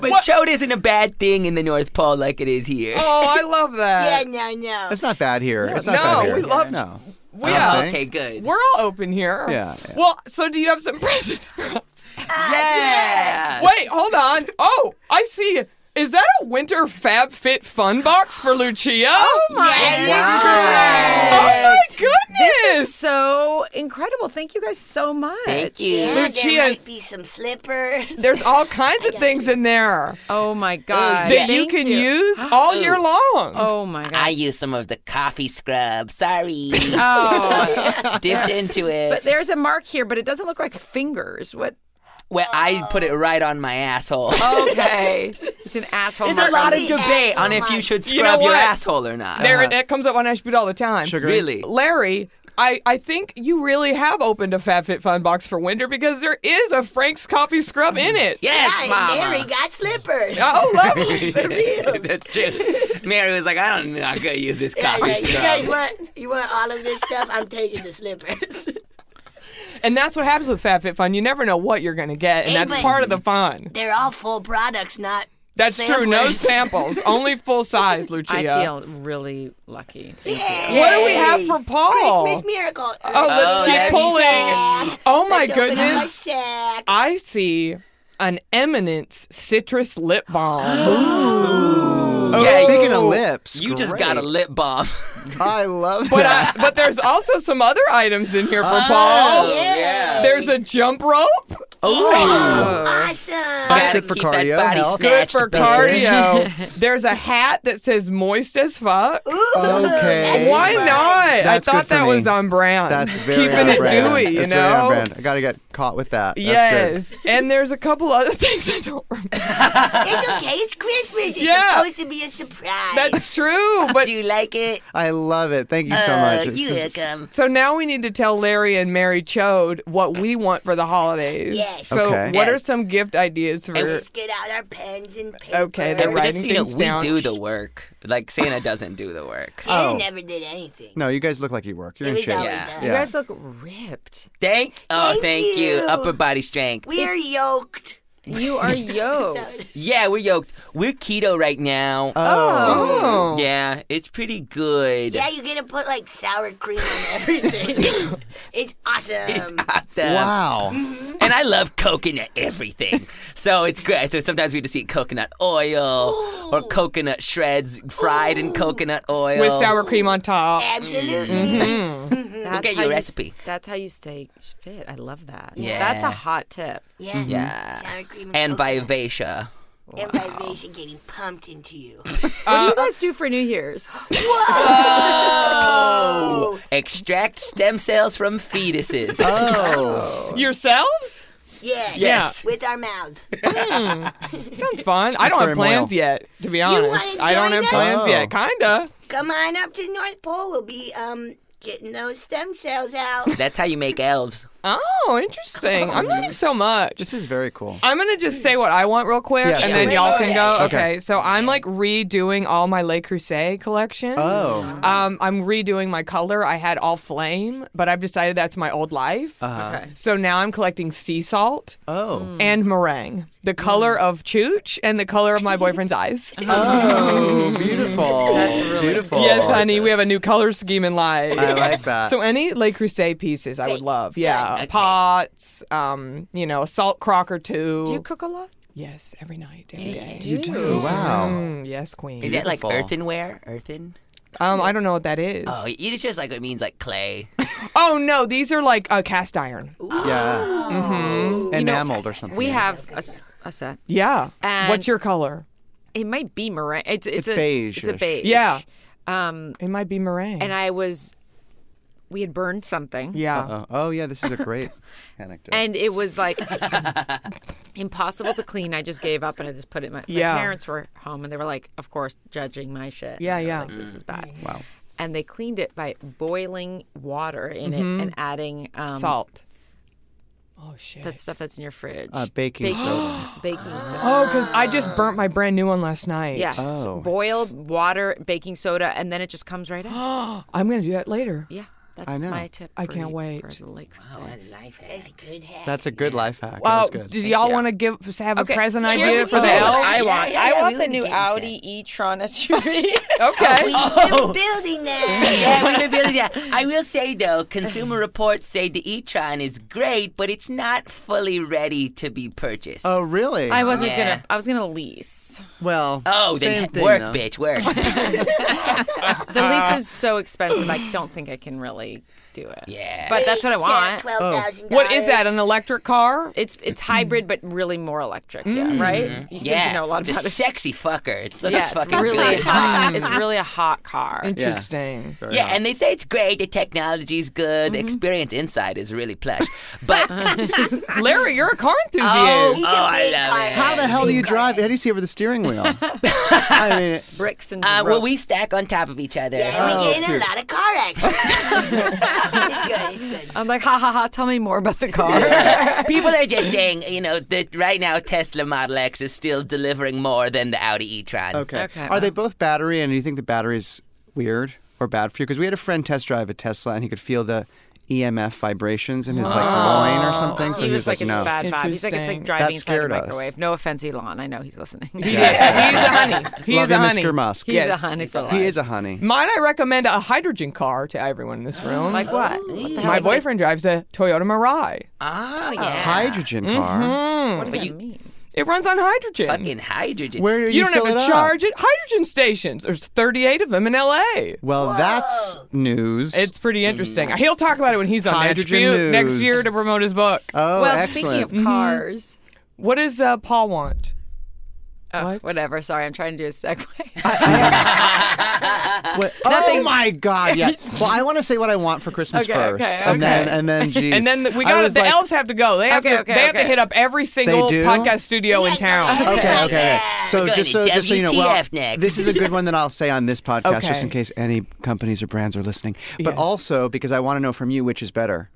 E: But chode isn't a bad thing in the North Pole like it is here.
B: Oh, I love
F: Yeah,
B: that.
F: no, no.
D: It's not bad here. it's not
B: no,
D: bad here.
B: we love-
D: no.
B: We
D: I don't
B: are,
D: think.
E: okay, good.
B: we're all open here.
D: Yeah, yeah.
B: Well, so do you have some presents for us?
E: yeah.
B: Wait, hold on. Oh, I see. Is that a winter Fab Fit Fun box for Lucia? Oh my
E: Wow.
B: goodness!
C: This is so incredible. Thank you guys so much.
E: Thank you.
F: Yeah,
B: Lucia-
F: there might be some slippers.
B: There's all kinds of things in there
C: Oh my god.
B: that you
C: Thank
B: can use all year long.
C: Oh my god.
E: I used some of the coffee scrub. Sorry.
C: oh.
E: Dipped into it.
C: but there's a mark here, but it doesn't look like fingers. What?
E: well, I put it right on my asshole.
C: Oh, Okay. it's an asshole.
E: There's a
C: mark
E: lot
C: on
E: of
C: it.
E: debate on if you should
B: You know
E: scrub your
B: what?
E: asshole or not.
B: There, that comes up on Ashbeat all the time.
D: Sugar.
E: Really?
B: Larry, I, I think you really have opened a FabFitFun box for winter because there is a Frank's coffee scrub in it.
E: Yes,
F: yeah,
E: mama.
F: and Mary got slippers.
B: Oh, lovely.
E: For real. That's true. Mary was like, I don't know. I'm going to use this
F: Yeah,
E: coffee
F: yeah, you guys
E: scrub.
F: want you want all of this stuff? I'm taking the slippers.
B: and that's what happens with FabFitFun. You never know what you're going to get, and
F: Hey,
B: that's
F: but-
B: part of the fun.
F: They're all full products, not.
B: That's true. No
F: Samplers.
B: samples, only full size, Lucia.
C: I feel really lucky.
B: What do we have for Paul?
F: Christmas miracle.
B: Oh, let's keep
E: there's
B: pulling.
F: sack.
B: Oh my
F: Let's open up my
B: goodness.
F: sack.
B: I see an Eminence citrus lip balm.
E: Yeah,
D: Speaking of lips,
E: You just
D: great.
E: got a lip balm.
D: I love
B: but I,
D: that.
B: but there's also some other items in here for Paul.
F: yeah.
B: There's a jump rope.
F: Awesome.
D: That's
E: Gotta
D: good for
E: keep that
D: cardio,
E: body
D: health.
B: Good
E: snatched,
B: for
E: bitch.
B: cardio. There's a hat that says moist as fuck.
D: okay.
B: Why not?
D: That's
B: I
D: good
B: thought
D: for
B: that
D: me.
B: was on brand.
D: That's very
B: keeping
D: on
B: it
D: brand.
B: dewy, you
D: That's
B: know.
D: very on brand. I got to get caught with that. That's
B: yes, and there's a couple other things I don't remember.
F: It's okay. It's Christmas. It's
B: Yeah.
F: supposed to be a surprise.
B: That's true, but
E: Do you like
D: good.
E: it?
D: I love it. Thank you so
E: Uh,
D: much. It's
E: you
D: just-
E: welcome.
B: So now we need to tell Larry and Mary Chode what we want for the holidays.
F: Yes.
B: So
D: Okay.
B: what are
E: Yes.
B: some gift ideas for?
F: Let's get out our pens and paper.
B: Okay, they're
E: But
B: writing
E: just so you know,
B: things
E: we
B: down.
E: do the work. Like Santa doesn't do the work.
F: Santa
D: Oh.
F: never did anything.
D: No, you guys look like you work. You're
F: It
D: in
F: was
D: shape.
F: always
E: Yeah.
F: us.
C: You
D: Yeah.
C: guys look ripped.
E: Thank. Oh,
F: Thank
E: thank, you.
F: you.
E: Upper body strength.
F: We are yoked.
C: You are yoked.
E: Yeah, we're yoked. We're keto right now.
D: Oh.
B: Oh.
E: Yeah, it's pretty good.
F: Yeah, you get to put like sour cream on everything. it's awesome.
E: Awesome.
D: Wow.
E: And I love coconut everything. so it's great. So sometimes we just eat coconut oil or coconut shreds fried in coconut oil.
B: With sour cream on top.
F: Absolutely.
C: That's
E: get
C: how
E: your
C: you-
E: recipe.
C: That's how you stay fit. I love that.
E: Yeah.
C: That's a hot tip.
F: Yeah.
E: Yeah.
F: Sour cream and,
E: And
F: coconut.
E: Vivacia.
F: and vibration getting pumped into you.
C: what do you guys do for New Year's?
E: Oh. Extract stem cells from fetuses.
D: Oh.
B: Yourselves?
F: Yes.
E: Yes.
F: With our mouths.
B: Sounds fun. I don't
D: very
B: have plans
D: royal.
B: yet, to be honest.
F: wanna
B: I don't
F: join
B: have
F: us?
B: plans
D: Oh.
B: yet. Kinda.
F: Come on up to North Pole. We'll be um getting those stem cells out.
E: That's how you make elves.
B: Oh, interesting. I'm learning so much.
D: This is very cool.
B: I'm gonna just say what I want real quick,
D: Yeah,
B: and
D: sure.
B: then y'all can go.
D: Okay.
B: Okay, so I'm like redoing all my Le Creuset collection.
D: Oh.
B: Um, I'm redoing my color. I had all flame, but I've decided that's my old life.
D: Uh-huh.
C: Okay.
B: So now I'm collecting sea salt
D: Oh.
B: and meringue, the color of chooch and the color of my boyfriend's eyes.
D: Oh, beautiful. That's
C: really
D: beautiful.
B: yes, honey, we have a new color scheme in life.
D: I like that.
B: So any Le Creuset pieces, I would love. Yeah,
E: Okay.
B: pots, um, you know, a salt crock or two.
C: Do you cook a lot?
B: yes, every night, every day.
D: you do. Wow.
B: Mm, yes, queen.
E: Is that like
D: Beautiful.
E: earthenware? Earthen?
B: Um, I don't know what that is.
E: Oh, it's just like it means like clay.
B: Oh, no, these are like uh, cast iron.
D: Yeah. Enameled or something.
C: We have a, s- a set.
B: Yeah.
C: And-
B: What's your color?
C: It might be meringue. It's, it's,
D: It's
C: a It's a
D: beige-ish.
C: beige.
B: Yeah,
C: Um,
B: it might be meringue.
C: and I was, we had burned something.
B: yeah.
D: Oh, oh, yeah, this is a great anecdote.
C: and it was like impossible to clean. I just gave up and I just put it. In my,
B: Yeah.
C: my parents were home and they were like, of course, judging my shit.
B: Yeah,
C: And they were
B: yeah.
C: Like, this is bad. Mm. Wow. And they cleaned it by boiling water in it and adding um,
B: Salt. Oh shit.
C: That stuff that's in your fridge.
D: uh, baking soda.
C: baking soda.
B: oh, because I just burnt my brand new one last night.
C: Yes.
D: Oh.
C: Boiled water, baking soda, and then it just comes right out.
B: I'm gonna do that later.
C: yeah. That's
D: know.
C: my tip.
B: I
C: for
B: can't
C: you-
B: wait.
C: For the lake crusade.
E: What a life hack.
F: That's a good hack.
D: That's a good life hack. That
B: Wow,
D: was good.
B: did y'all want to give have a
C: Okay,
B: present
C: here's
B: idea
C: what
B: for the
C: you
B: elves?
C: I want.
F: Yeah, yeah,
C: I
F: yeah,
C: want
F: we
C: the
F: would
C: new
F: do
C: Audi e-tron SUV.
B: Okay.
F: We,
B: Oh,
F: We're building that.
E: yeah, we've been building that. I will say though, Consumer Reports say the e-tron is great, but it's not fully ready to be purchased.
D: Oh, really?
C: I wasn't
E: Yeah.
C: gonna. I was gonna lease.
D: well.
E: Oh,
D: same
E: then
D: thing,
E: work,
D: though.
E: bitch, work.
C: The
B: Uh,
C: lease is so expensive. I don't think I can really do it.
E: yeah.
C: But that's what I want.
F: Twelve thousand dollars.
B: Oh. What is that? An electric car?
C: It's it's hybrid, but really more electric.
B: Mm.
C: Yeah, right. You seem
E: yeah,
C: to know a lot
E: it's
C: about
E: a
C: it.
E: sexy fucker. It looks
C: yeah, it's
E: fucking
C: really
E: good.
C: hot. It's really a hot car.
B: Interesting.
D: Very
E: Yeah,
D: hot.
E: and they say it's great. The technology's
C: Mm-hmm.
E: good. The experience inside is really plush. But oh,
B: Larry, you're a car enthusiast.
E: oh,
F: He's a
E: I
F: big
E: love
F: car
E: it.
D: How the hell do you drive? How do you see over the steering wheel? I mean, it-
C: Bricks and
E: Uh, well,
C: ropes.
E: we stack on top of each other.
F: And we
B: Oh,
F: get in
D: cute.
F: a lot of car accidents. it's good. It's good.
C: I'm like, ha ha ha. Tell me more about the car.
E: People are just saying, you know, that right now Tesla Model X is still delivering more than the Audi e-tron.
D: okay.
C: Okay,
D: Are
C: well.
D: they both battery? And do you think the battery's weird or bad for you? Because we had a friend test drive a Tesla, and he could feel the EMF vibrations in his like groin or something. So
C: he was like, it's
D: no.
C: bad vibe. He's like, it's like
B: Interesting.
C: driving
D: That
C: inside a
D: scared us.
C: microwave. No offense, Elon. I know he's listening.
B: He's a honey. He
D: Love
B: is a
D: you,
B: honey.
D: Mr. Musk.
C: He's
B: Yes.
C: a honey for life.
D: He is a honey.
B: Mine, I recommend a hydrogen car to everyone in this room.
C: like what?
B: My boyfriend drives a Toyota Mirai.
E: Oh, yeah.
D: Hydrogen
C: Mm-hmm.
D: car.
C: What does that mean?
B: It runs on hydrogen.
E: Fucking hydrogen.
D: Where do you,
B: you, don't
D: fill
B: have
D: it
B: to
D: up?
B: charge it. Hydrogen stations. There's 38 of them in LA.
D: Well, that's news.
B: It's pretty interesting. He'll talk about it when he's on
D: Hydrogen
B: Attribute next
D: news.
B: year to promote his book.
D: oh,
C: well,
D: excellent.
C: speaking of cars,
B: what does uh, Paul want?
C: oh,
B: What?
C: whatever. Sorry, I'm trying to do a segue.
D: What- oh my God! Yeah. Well, I want to say what I want for Christmas
C: Okay,
D: first,
C: okay,
D: and then
C: okay.
D: and then, geez.
B: And then the, we
D: I
B: got
D: was
B: the
D: like,
B: elves have to go. They have
C: Okay,
B: to.
C: okay,
B: they have to
C: okay.
B: hit up every single
D: do?
B: podcast studio in town.
D: Okay, okay. So
E: We're
D: just so,
E: going to
D: just so you know, well,
E: WTF next.
D: this is a good one that I'll say on this podcast,
B: Okay.
D: just in case any companies or brands are listening. But
B: Yes.
D: also because I want to know from you which is better,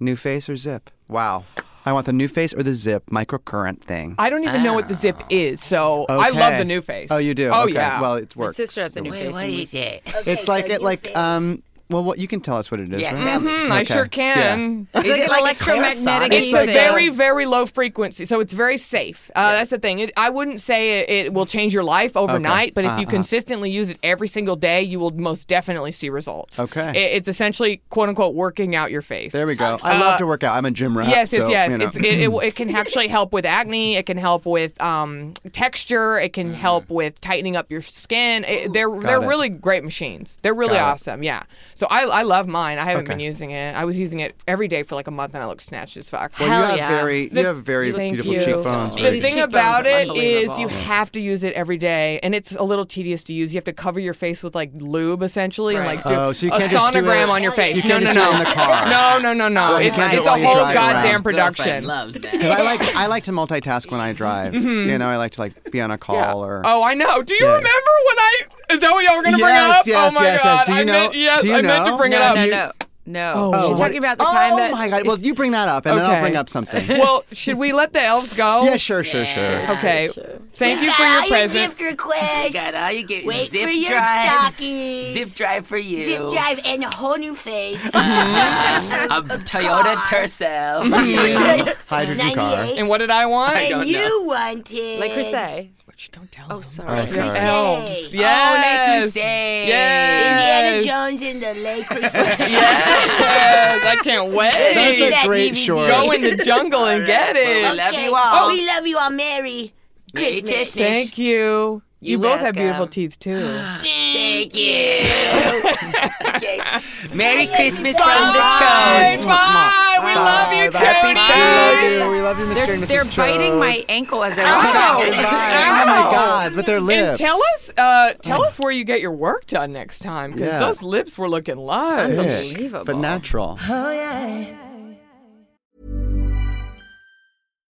D: new face or zip. Wow. I want the new face or the zip microcurrent thing.
B: I don't even know what the zip is, so I love
D: Okay.
B: the new face.
D: Oh, you do.
B: Oh
D: okay.
B: yeah.
D: Well, it works.
C: sister has a new
E: Wait,
C: face.
E: what
C: and we-
E: is it?
D: it's
F: so
D: like it
F: new
D: like
F: face.
D: um. Well, what you can tell us what it is.
E: Yeah,
D: right?
E: tell me.
B: Hmm, I
D: Okay.
B: sure
D: Yeah.
B: can.
C: like
E: Is it
C: an
E: like
C: electromagnetic
E: a
B: It's a
C: Anything.
B: very, very low frequency, so it's very safe. Uh, That's the thing. It, I wouldn't say it, it will change your life overnight, but if
D: Uh-huh.
B: you consistently use it every single day, you will most definitely see results.
D: Okay.
B: It- it's essentially "quote unquote" working out your face.
D: There we go. I love to work out. I'm a gym rat.
B: Yes, yes,
D: so,
B: yes.
D: you know.
B: It's, it, it, it can actually help with acne. It can help with um, texture. It can help with tightening up your skin. It, they're they're
D: Mm-hmm. it.
B: really great machines. They're really
D: Got it.
B: awesome. Yeah. So I, I love mine. I haven't
D: Okay.
B: been using it. I was using it every day for like a month, and I looked snatched as fuck.
D: well, you
C: Hell
D: have
C: yeah.
D: very you have very
B: Thank
D: beautiful
B: you.
D: cheekbones.
C: The
D: very
B: The
C: These
B: thing
C: cheekbones
B: about
C: are
B: it is you
C: unbelievable.
B: have to use it every day, and it's a little tedious to use. You have to cover your face with like lube essentially, and like do
D: Oh, so you
B: a
D: can't just do
B: sonogram
D: it-
B: on your
D: you
B: face.
D: can't
B: no, no,
D: just do
B: no,
D: it in the car. Oh,
B: no, no, no, no.
D: you
B: It's,
D: can't do it
B: it's a
D: while you
B: whole
D: drive around.
B: goddamn
D: Girlfriend
B: production.
E: loves
D: Because
E: that.
D: I like I like to multitask when I drive. You know, I like to like be on a call or.
B: Mm-hmm. Oh, I know. Do you
D: Yeah.
B: remember when I? Is that what y'all were gonna
D: Yes,
B: bring up?
D: yes,
B: oh my
D: yes, yes.
B: god!
D: Do you
B: I meant
D: know-
B: yes.
D: do you
B: I meant to
D: know?
B: bring
C: no,
B: it up.
C: no, no, no.
B: Oh,
C: She's
B: what-
C: talking about the time
D: oh
C: that
D: my god! Well, you bring that up, and then
B: Okay.
D: I'll bring up something.
B: Well, should we let the elves go?
D: yeah, sure, sure, sure.
B: Okay. Thank
F: We
B: you
F: got
B: for your
F: all
B: presence.
F: gift requests.
E: Got all you get.
F: Wait
E: zip
F: for your
E: drive.
F: stockings.
E: Zip drive for you.
F: Zip drive and a whole new face.
E: A Toyota Tercel. for you.
D: Hydrogen car.
F: 98.
B: And what did I want?
F: And you wanted.
C: like Crusade.
E: Which don't tell oh,
C: Sorry.
D: Oh, sorry.
B: Elves.
F: Crusade.
B: Yes.
E: Crusade.
B: Yes.
F: Indiana Jones in the Lake Crusade.
B: Yes. I can't
D: That's
B: wait.
F: That
D: a great
F: DVD.
D: short.
B: Go in the jungle and get
E: Well,
B: it.
E: we love
F: Okay. Oh,
E: you all.
F: We love you all, Mary.
E: Merry
F: Christmas.
E: Christmas.
B: Thank you. You
E: You're
B: both have
E: welcome.
B: beautiful teeth too.
E: Thank you. okay. Merry Christmas from the
B: Oh,
E: Chones.
B: Bye. We love you,
D: Bye. Happy
B: Chody.
D: We love you, we love you, Mr.
C: They're,
D: and missus
C: they're biting
D: Jones.
C: my ankle as I
D: Goodbye.
C: walk.
D: Oh my god!
B: Oh.
D: But their lips.
B: And tell us, uh, tell us where you get your work done next time, because
D: Yeah.
B: those lips were looking live.
D: Thick,
C: Unbelievable.
D: but natural.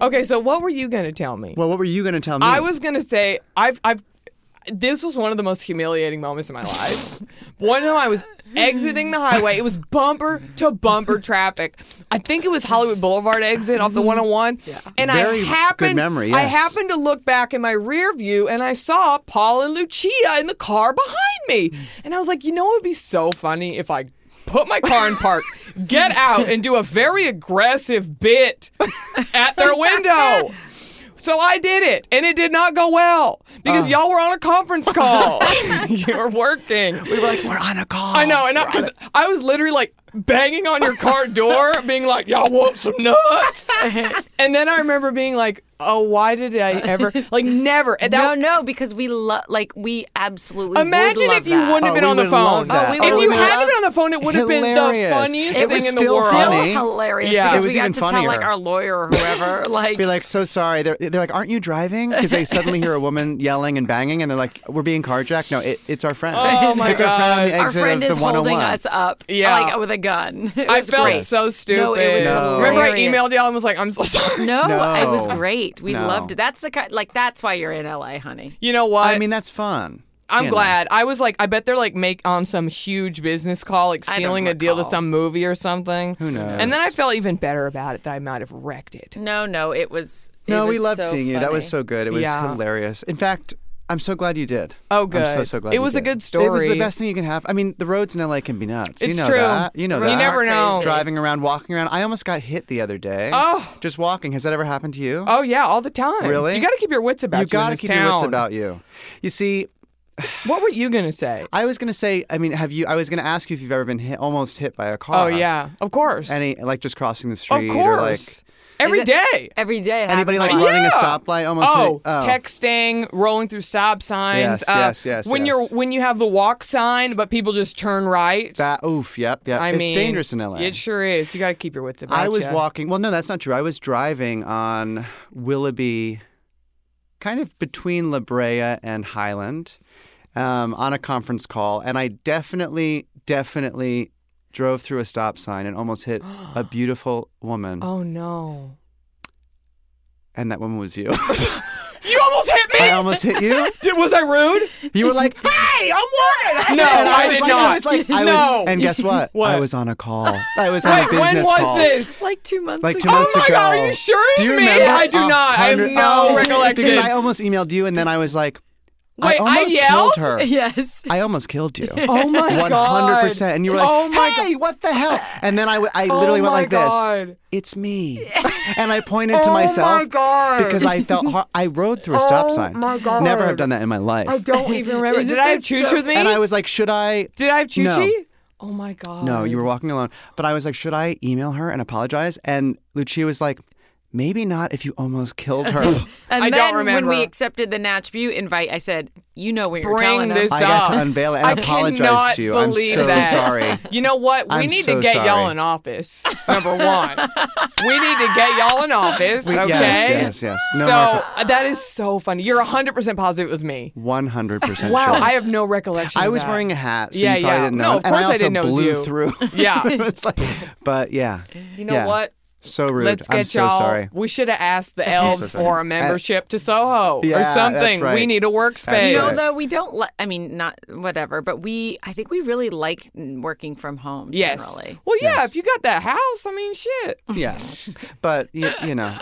B: Okay, so what were you going to tell me?
D: Well, what were you going to tell me?
B: I was gonna say I've I've this was one of the most humiliating moments in my life. one time I was exiting the highway. It was bumper to bumper traffic. I think it was Hollywood Boulevard exit off the 101. Yeah. And
D: Very
B: I
D: good
B: happened
D: memory,
B: I
D: yes.
B: happened to look back in my rear view and I saw Paul and Lucia in the car behind me. And I was like, "You know it would be so funny if I put my car in park, get out and do a very aggressive bit at their window." So I did it, and it did not go well because y'all were on a conference call. you were working.
D: we were like, we're on a call.
B: I know, and I was, I was literally like banging on your car door, being like, "Y'all want some nuts?" and then I remember being like, "Oh, why did I ever like never?" And
C: No,
B: that-
C: no, because we love, like, we absolutely would
B: Imagine
C: love
B: if you
C: that.
B: wouldn't have
D: Oh,
B: been
D: we
B: on the
D: would
B: phone.
D: love that.
C: Oh, we
B: if
C: would
B: you
C: love
B: had
C: that.
B: been on the phone, it would have been the
D: Hilarious.
B: funniest
D: It
B: thing
D: was
B: in the
D: still
B: world.
C: Still
D: funny.
C: hilarious
B: Yeah.
C: because
B: It
D: was
C: we got
D: even
C: to tell like
D: funnier.
C: our lawyer or whoever like
D: be like, so sorry. They're, they're like, aren't you driving? Because they suddenly hear a woman yelling and banging, and they're like, we're being carjacked. No, it, it's our friend.
B: Oh, my
D: it's our friend on the
B: God.
D: exit
C: our friend
D: of the
C: is holding
D: 101.
C: us up
B: Yeah.
C: like with a gun. It
B: I
C: was
B: felt
C: great.
B: so stupid.
C: No, it was
D: No.
B: Remember, I
C: hilarious.
B: emailed y'all and was like, "I'm so sorry."
C: No, it was
D: No.
C: great. We
D: No.
C: loved it. That's the kind like that's why you're in LA, honey.
B: You know what?
D: I mean, that's fun.
B: I'm
D: you know.
B: glad. I was like, I bet they're like make on some huge business call, like
C: I don't
B: sealing a deal to
C: recall.
B: some movie or something. Who
D: knows?
B: And then I felt even better about it that I might have wrecked it.
C: No, no, it was it
D: No, we
C: was
D: loved
C: so
D: seeing you. That was
C: funny.
D: so good. It was
B: Yeah.
D: hilarious. In fact, I'm so glad you did.
B: Oh,
D: I'm so
B: good.
D: so glad.
B: It
D: you
B: was a
D: did.
B: good
D: It was
B: story.
D: the best thing you can have. I mean, the roads in LA can be nuts.
B: It's
D: you know
B: true.
D: that. You know
B: You
D: that.
B: never know.
D: Driving around, walking around. I almost got hit the other day.
B: Oh.
D: Just walking. Has that ever happened to you?
B: Oh yeah, all the time.
D: Really?
B: You got to keep your wits about you.
D: you gotta
B: in this
D: keep
B: town.
D: your wits about you. You see,
B: What were you gonna say?
D: I was gonna say. I mean, have you? I was gonna ask you if you've ever been hit, almost hit by a
B: Oh
D: car.
B: yeah, of course.
D: Any like just crossing the
B: of
D: street or like
B: course. Every
C: Is it-
B: day.
C: Every day it
D: anybody like
C: happened.
D: running a
B: Yeah.
D: stoplight almost.
B: Oh,
D: hit- oh.
B: texting, rolling through stop signs.
D: Yes,
B: uh,
D: yes, yes,
B: When
D: yes.
B: you're when you have the walk sign, but people just turn right.
D: That oof. Yep. Yep.
B: I
D: it's
B: mean,
D: dangerous in LA.
B: It sure is. You got to keep your wits about
D: I was
B: ya.
D: walking. Well, no, that's not true. I was driving on Willoughby, kind of between La Brea and Highland, um, on a conference call, and I definitely, definitely drove through a stop sign and almost hit a beautiful woman,
B: Oh no.
D: and that woman was you.
B: You almost hit me.
D: I almost hit you.
B: Did, was I rude?
D: You were like, "Ah!"
B: Hey, I'm working. No,
D: and
B: I,
D: was
B: did
D: like,
B: not.
D: I was like, I
B: no.
D: was, and guess what?
B: What?
D: I was on a call. I was on a
B: Wait,
D: business
B: when was
D: call.
B: this?
C: like two months
D: like
C: ago.
D: two
B: Oh
D: months
B: my
D: ago.
B: God, are you sure
D: Do
B: it's
D: you
B: me?
D: remember?
B: I do
D: A
B: not. I have
D: hundred-
B: no
D: oh,
B: recollection.
D: Because I almost emailed you, and then I was like, I
B: Wait, I
D: almost
B: yelled?
D: killed her.
C: Yes.
D: I almost killed you.
B: Oh my
D: One hundred percent. And you were like,
B: Oh my
D: "Hey, what the hell?" And then I, w- I
B: Oh
D: literally went
B: my
D: like
B: God.
D: this: "It's me," and I pointed
B: Oh
D: to
B: my
D: myself
B: God.
D: because I felt har- I rode through a stop
B: Oh
D: sign.
B: my God.
D: Never have done that in my life.
B: I don't even remember.
C: Isn't
B: did I have
C: this
B: Chooch
C: so-
B: with me?
D: And I was like, "Should I?"
B: did I have Choochie?
D: No.
B: Oh my god.
D: No, you were walking alone. But I was like, should I email her and apologize? And Lucia was like, maybe not if you almost killed her.
C: And
B: I don't
C: then
B: remember.
C: when we accepted the Natch Butte invite, I said, You know what you're
B: Bring
C: telling
B: this
C: them.
D: I got to
B: up.
D: unveil it and
B: I
D: apologize
B: cannot
D: to you. I'm
B: Believe
D: so
B: that.
D: sorry.
B: You know what? We
D: I'm
B: need to
D: so
B: get y'all
D: sorry.
B: in office. Number one, we need to get y'all in office.
D: We- yes,
B: okay.
D: yes, yes. No
B: so
D: more
B: uh, that is so funny. You're 100 percent positive it was me.
D: 100%
B: Wow,
D: sure.
B: I have no recollection.
D: I
B: of
D: was
B: that.
D: wearing a hat, so
B: Yeah,
D: you probably
B: yeah.
D: didn't
B: No,
D: know.
B: of
D: and I
B: course I
D: also
B: didn't know it was
D: blew
B: you.
D: through.
B: Yeah.
D: It was like- but yeah.
B: You know
D: yeah.
B: what?
D: So rude.
B: Let's get
D: I'm so
B: y'all.
D: sorry.
B: We should have asked the elves
D: sorry.
B: for a membership to Soho
D: Yeah,
B: or
D: that's
B: something. We
D: right.
B: need a workspace.
C: You know,
D: Yes.
C: though, we don't. Li- I mean, not whatever, but we. I think we really like n- working from home.
B: Yes.
C: Generally.
B: Well, yeah. If you got that house, I mean, shit.
D: Yeah. But, you, you know,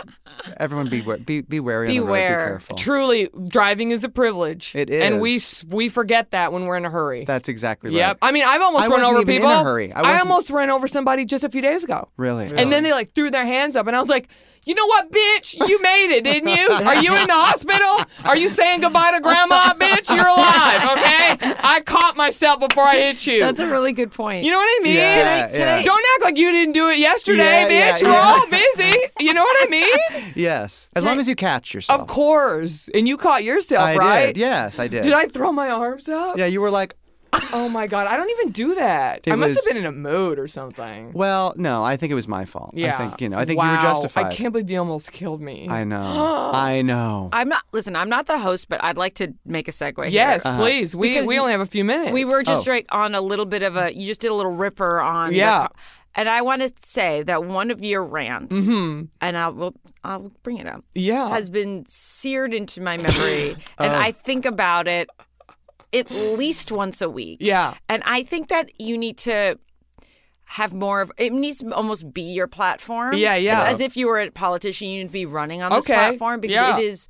D: everyone be, wa- be, be wary on the road. Be
C: Beware.
D: careful.
B: Truly, driving is a privilege.
D: It
B: and we
D: is.
B: s- we forget that when we're in a hurry.
D: That's exactly right.
B: Yep. I mean, I've almost
D: I
B: run
D: wasn't
B: over
D: even in
B: people.
D: a hurry. I
B: I,
D: wasn't-
B: almost ran over somebody just a few days ago.
D: Really?
B: And then they like threw their hands up, and I was like, "You know what, bitch? You made it, didn't you? Are you in the hospital? Are you saying goodbye to grandma, bitch? You're alive, okay? I caught my myself before I hit you.
C: That's a really good point.
B: you know what I mean?
D: Yeah, Can I- can I-
B: Don't act like you didn't do it yesterday,
D: Yeah, yeah,
B: bitch. We're
D: yeah.
B: all busy. You know what I mean?
D: Yes. As long as you catch yourself.
B: of course. And you caught yourself,
D: I
B: right?
D: did. Yes, I did.
B: Did I throw my arms up?
D: Yeah, you were like,
B: Oh my god, I don't even do that.
D: It
B: I must
D: was-
B: have been in a mood or something.
D: well, no, I think it was my fault.
B: Yeah.
D: I think, you know, I think
B: wow.
D: you were justified.
B: I can't believe you almost killed me.
D: I know. I know.
C: I'm not. Listen, I'm not the host, but I'd like to make a segue.
B: Yes,
D: Uh-huh.
C: here.
B: please. We
C: Because
B: we
C: you-
B: only have a few minutes.
C: we were just
D: Oh.
C: like on a little bit of a. You just did a little ripper on. the
B: Yeah.
C: co- and I want to say that one of your rants,
B: Mm-hmm.
C: and I will, I'll bring it up.
B: Yeah.
C: has been seared into my memory, and
B: Oh.
C: I think about it at least once a week.
B: Yeah.
C: and I think that you need to have more of it needs to almost be your platform.
B: Yeah, yeah.
C: It's as if you were a politician, you need to be running on this
B: Okay,
C: platform because
B: yeah.
C: it is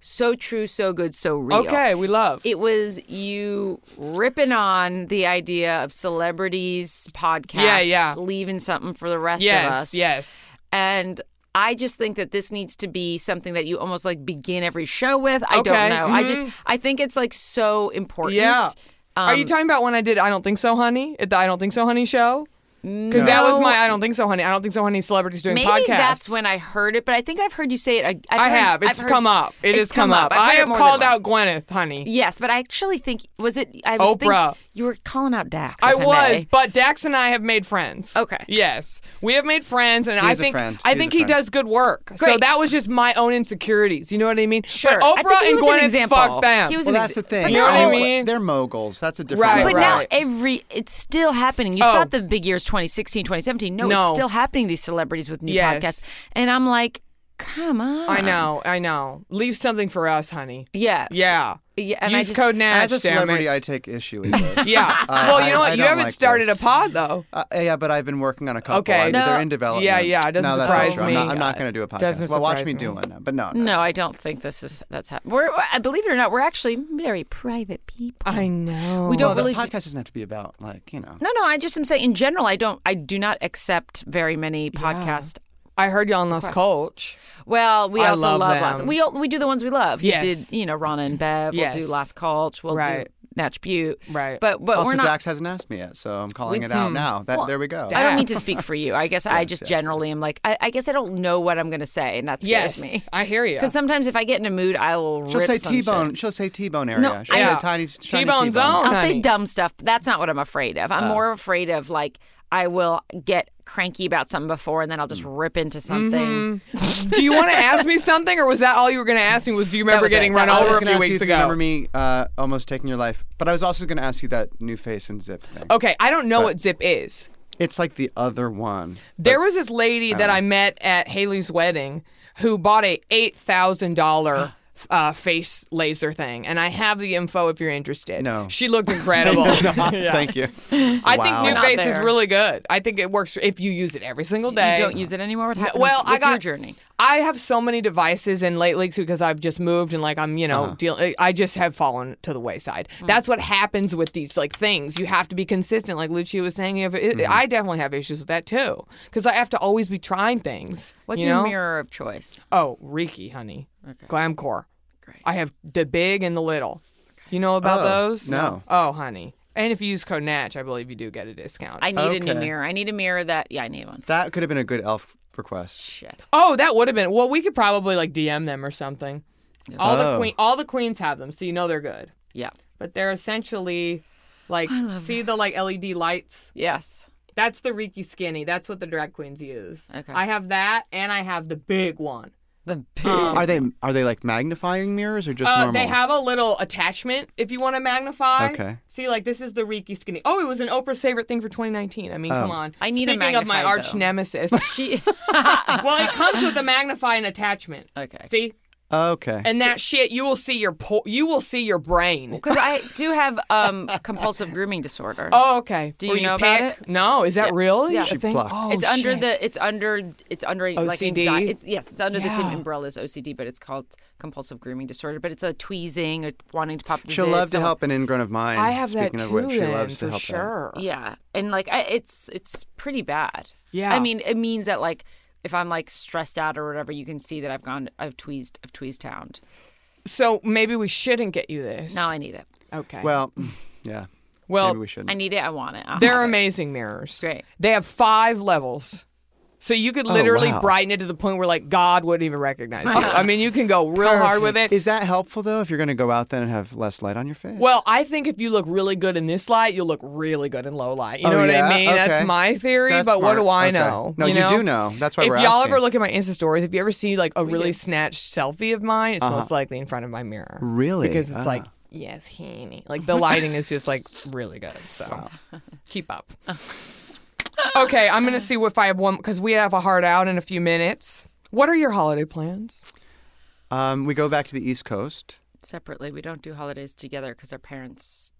C: so true, so good, so real.
B: Okay, we love.
C: It was you ripping on the idea of celebrities podcasts
B: Yeah, yeah.
C: leaving something for the rest of
B: yes,
C: us.
B: yes.
C: And I just think that this needs to be something that you almost like begin every show with. I
B: Okay, mm-hmm.
C: don't know. I just I think it's like so important.
B: Yeah. Are you
C: Um,
B: talking about when I did I don't think so, honey? At the I don't think so, honey show? Because that was
C: No.
B: my I don't think so, honey. I don't think so, honey. Celebrities doing
C: Maybe
B: podcasts.
C: that's when I heard it, but I think I've heard you say it. I, I've
B: I
C: heard-
B: have. It's
C: I've heard-
B: come up. It
C: it's
B: has come up.
C: I've heard
B: I
C: it
B: have
C: more than
B: called out
C: once.
B: Gwyneth, honey.
C: Yes, but I actually think was it. I was think-
B: Oprah.
C: you were calling out Dax.
B: I
C: if
B: was,
C: may.
B: but Dax and I have made friends.
C: Okay.
B: Yes, we have made friends, and I
D: is a
B: think
D: friend.
B: I
D: He is
B: think
D: a
B: he
D: friend.
B: does good work. So
C: Great.
B: that was just my own insecurities. You know what I mean?
C: Sure.
B: But
C: I
B: Oprah
C: think he
B: and
C: was an
B: Gwyneth,
C: example.
B: fuck them.
C: He was
D: well,
C: an
D: that's the
C: ex-
D: thing.
C: but
B: You know
D: They're
B: what I
D: all-
B: mean?
D: They're moguls. That's a different
B: Right,
C: But
D: level.
C: now
B: right.
C: every it's still happening. You
B: Oh.
C: saw the big years 2016, 2017. No,
B: No.
C: it's still happening. These celebrities with new
B: Yes.
C: podcasts, and I'm like, come on.
B: I know, I know. Leave something for us, honey.
C: Yes.
B: Yeah.
C: Yeah. And I
B: Use
C: just,
B: code Nash.
D: As a
B: damn
D: celebrity,
B: it.
D: I take issue with this.
B: yeah.
D: I-
B: well,
D: I-
B: you know
D: I
B: what? you
D: don't
B: haven't
D: like
B: started
D: this.
B: a pod though.
D: Uh, yeah, but I've been working on a couple.
B: Okay.
D: I mean, they're
B: No.
D: in development.
B: Yeah, yeah, it doesn't
D: no, that's not
B: surprise
D: true. I'm not,
B: me.
D: I'm not going to do a podcast.
B: Doesn't
D: well, watch
B: surprise
D: me,
B: me.
D: do one. But no, no.
C: No, I don't think this is that's happening. We're I- believe it or not, we're actually very private people.
B: I know.
C: we
D: Well,
C: don't
D: the
C: really do-
D: podcast doesn't have to be about like you know.
C: No, no, I just am saying in general, I don't, I do not accept very many podcast.
B: I heard y'all on Lost Coach.
C: Well, we
B: I
C: also
B: love
C: love, Last.
B: them.
C: We all, we do the ones we love.
B: Yes.
C: We did you know Rana and Bev? We'll
B: Yes.
C: do Last Cult. We'll
B: Right.
C: do Natch Butte.
B: Right.
C: But but
D: also,
C: we're not.
D: Dax hasn't asked me yet, so I'm calling it
B: Hmm.
D: out now. That there we go.
C: I don't need to speak for you. I guess I just generally am like I, I guess I don't know what I'm going to say, and that scares me.
B: I hear you.
C: Because sometimes if I get in a mood, I will
D: She'll
C: rip
D: say
C: some shit.
D: T-bone. She'll say T-bone area.
C: No,
D: She'll
C: I-
D: say
C: Yeah.
D: tiny, shiny
B: T-bone's
D: T-bone.
B: own.
C: I'll say
B: honey. Oh.
C: dumb stuff, but that's not what I'm afraid of. I'm more afraid of like I will get cranky about something before, and then I'll just
B: Mm.
C: rip into something.
B: do you want to ask me something, or was that all you were going to ask me? Was do you remember
C: was it.
B: getting run
C: That was-
D: I was
B: over a
D: gonna
B: few
D: ask you
B: weeks
D: if you
B: ago?
D: remember me uh, almost taking your life, but I was also going to ask you that new face and zip thing.
B: Okay, I don't know what Zip is.
D: It's like the other one.
B: There was this lady that I met at Haley's wedding who bought a eight thousand dollar. Uh, face laser thing, and I have the info if you're interested.
D: No.
B: she looked incredible.
D: Thank you.
B: I
D: Wow.
B: think new
C: not
B: face is
C: there.
B: really good. I think it works if you use it every single day.
C: You don't use it anymore. What happened?
B: Well,
C: What's
B: I got
C: your journey.
B: I have so many devices, and lately because I've just moved and like I'm, you know,
C: Uh-huh.
B: deal. I just have fallen to the wayside.
C: Mm.
B: That's what happens with these like things. You have to be consistent, like Lucia was saying. You have, it,
C: Mm-hmm.
B: I definitely have issues with that too, because I have to always be trying things.
C: What's
B: you
C: your
B: know?
C: mirror of choice?
B: Oh, Reiki, honey. Glamcore.
C: Great.
B: I have the big and the little. You know about
D: Oh,
B: those?
D: no.
B: Oh, honey. And if you use code NATCH, I believe you do get a discount.
C: I need a new
D: Okay.
C: mirror. I need a mirror that. Yeah, I need one.
D: That could have been a good elf request.
C: Shit.
B: Oh, that would have been. Well, we could probably like DM them or something. All the
D: Oh.
B: queen, all the queens have them, so you know they're good.
C: Yeah.
B: But they're essentially like see the like LED lights.
C: Yes.
B: That's the Reiki skinny. That's what the drag queens use.
C: Okay.
B: I have that, and I have the big one.
C: The big.
D: Are they are they like magnifying mirrors or just
B: Uh,
D: normal?
B: they have a little attachment if you want to magnify.
D: Okay.
B: See, like this is the Reiki skinny. Oh, it was an Oprah's favorite thing for 2019. I mean,
D: Oh.
B: come on.
C: I need a
B: Speaking of my
C: magnify,
B: arch
C: though.
B: nemesis.
C: she.
B: well, it comes with a magnifying attachment.
C: Okay.
B: See,
D: okay.
B: and that shit, you will see your po- you will see your brain.
C: Because I do have um, compulsive grooming disorder.
B: Oh, okay.
C: Do
B: Where
C: you know about it?
B: No, is that real?
C: Yeah.
B: I
C: She
B: think-
D: plucked.
B: Oh,
C: it's under
B: shit.
C: the it's under it's under like
B: OCD?
C: anxiety. It's, yes, it's under the
B: Yeah.
C: same umbrella as OCD, but it's called compulsive grooming disorder. But it's a tweezing, a wanting to pop. the
D: She'll
C: zits,
D: love to
C: a-
D: help an ingrown of mine.
B: I have
D: Speaking
B: that
D: of
B: too.
D: which, she
B: then,
D: loves
B: for
D: to help them.
B: sure.
C: Yeah, and like I, it's it's pretty bad.
B: Yeah.
C: I mean it means that like if I'm like stressed out or whatever, you can see that I've gone, I've tweezed, I've tweezed towned.
B: So maybe we shouldn't get you this.
C: Now I need it.
B: Okay.
D: Well, yeah.
B: Well,
D: Maybe we shouldn't.
C: I need it. I want it. I'll
B: They're
C: have it.
B: amazing mirrors.
C: Great.
B: They have five levels. So you could literally
D: Oh, wow.
B: brighten it to the point where like God wouldn't even recognize you. I mean, you can go real hard with it.
D: Is that helpful though? If you're going to go out then and have less light on your face?
B: well, I think if you look really good in this light, you'll look really good in low light. You
D: Oh,
B: know what
D: yeah?
B: I mean? That's
D: Okay.
B: my theory,
D: That's
B: but what do
D: smart.
B: I
D: Okay.
B: know?
D: No, you
B: know?
D: do know. That's why
B: if
D: we're
B: y'all ever
D: asking.
B: look at my Insta stories, if you ever see like a really snatched selfie of mine, it's most likely in front of my mirror.
D: Uh-huh. Really?
B: Because it's
D: Ah.
B: like, yes, he. Like the lighting is just like really good. So keep up. okay, I'm going to see if I have one because we have a hard out in a few minutes. What are your holiday plans?
D: um, we go back to the East Coast.
C: separately. We don't do holidays together because our parents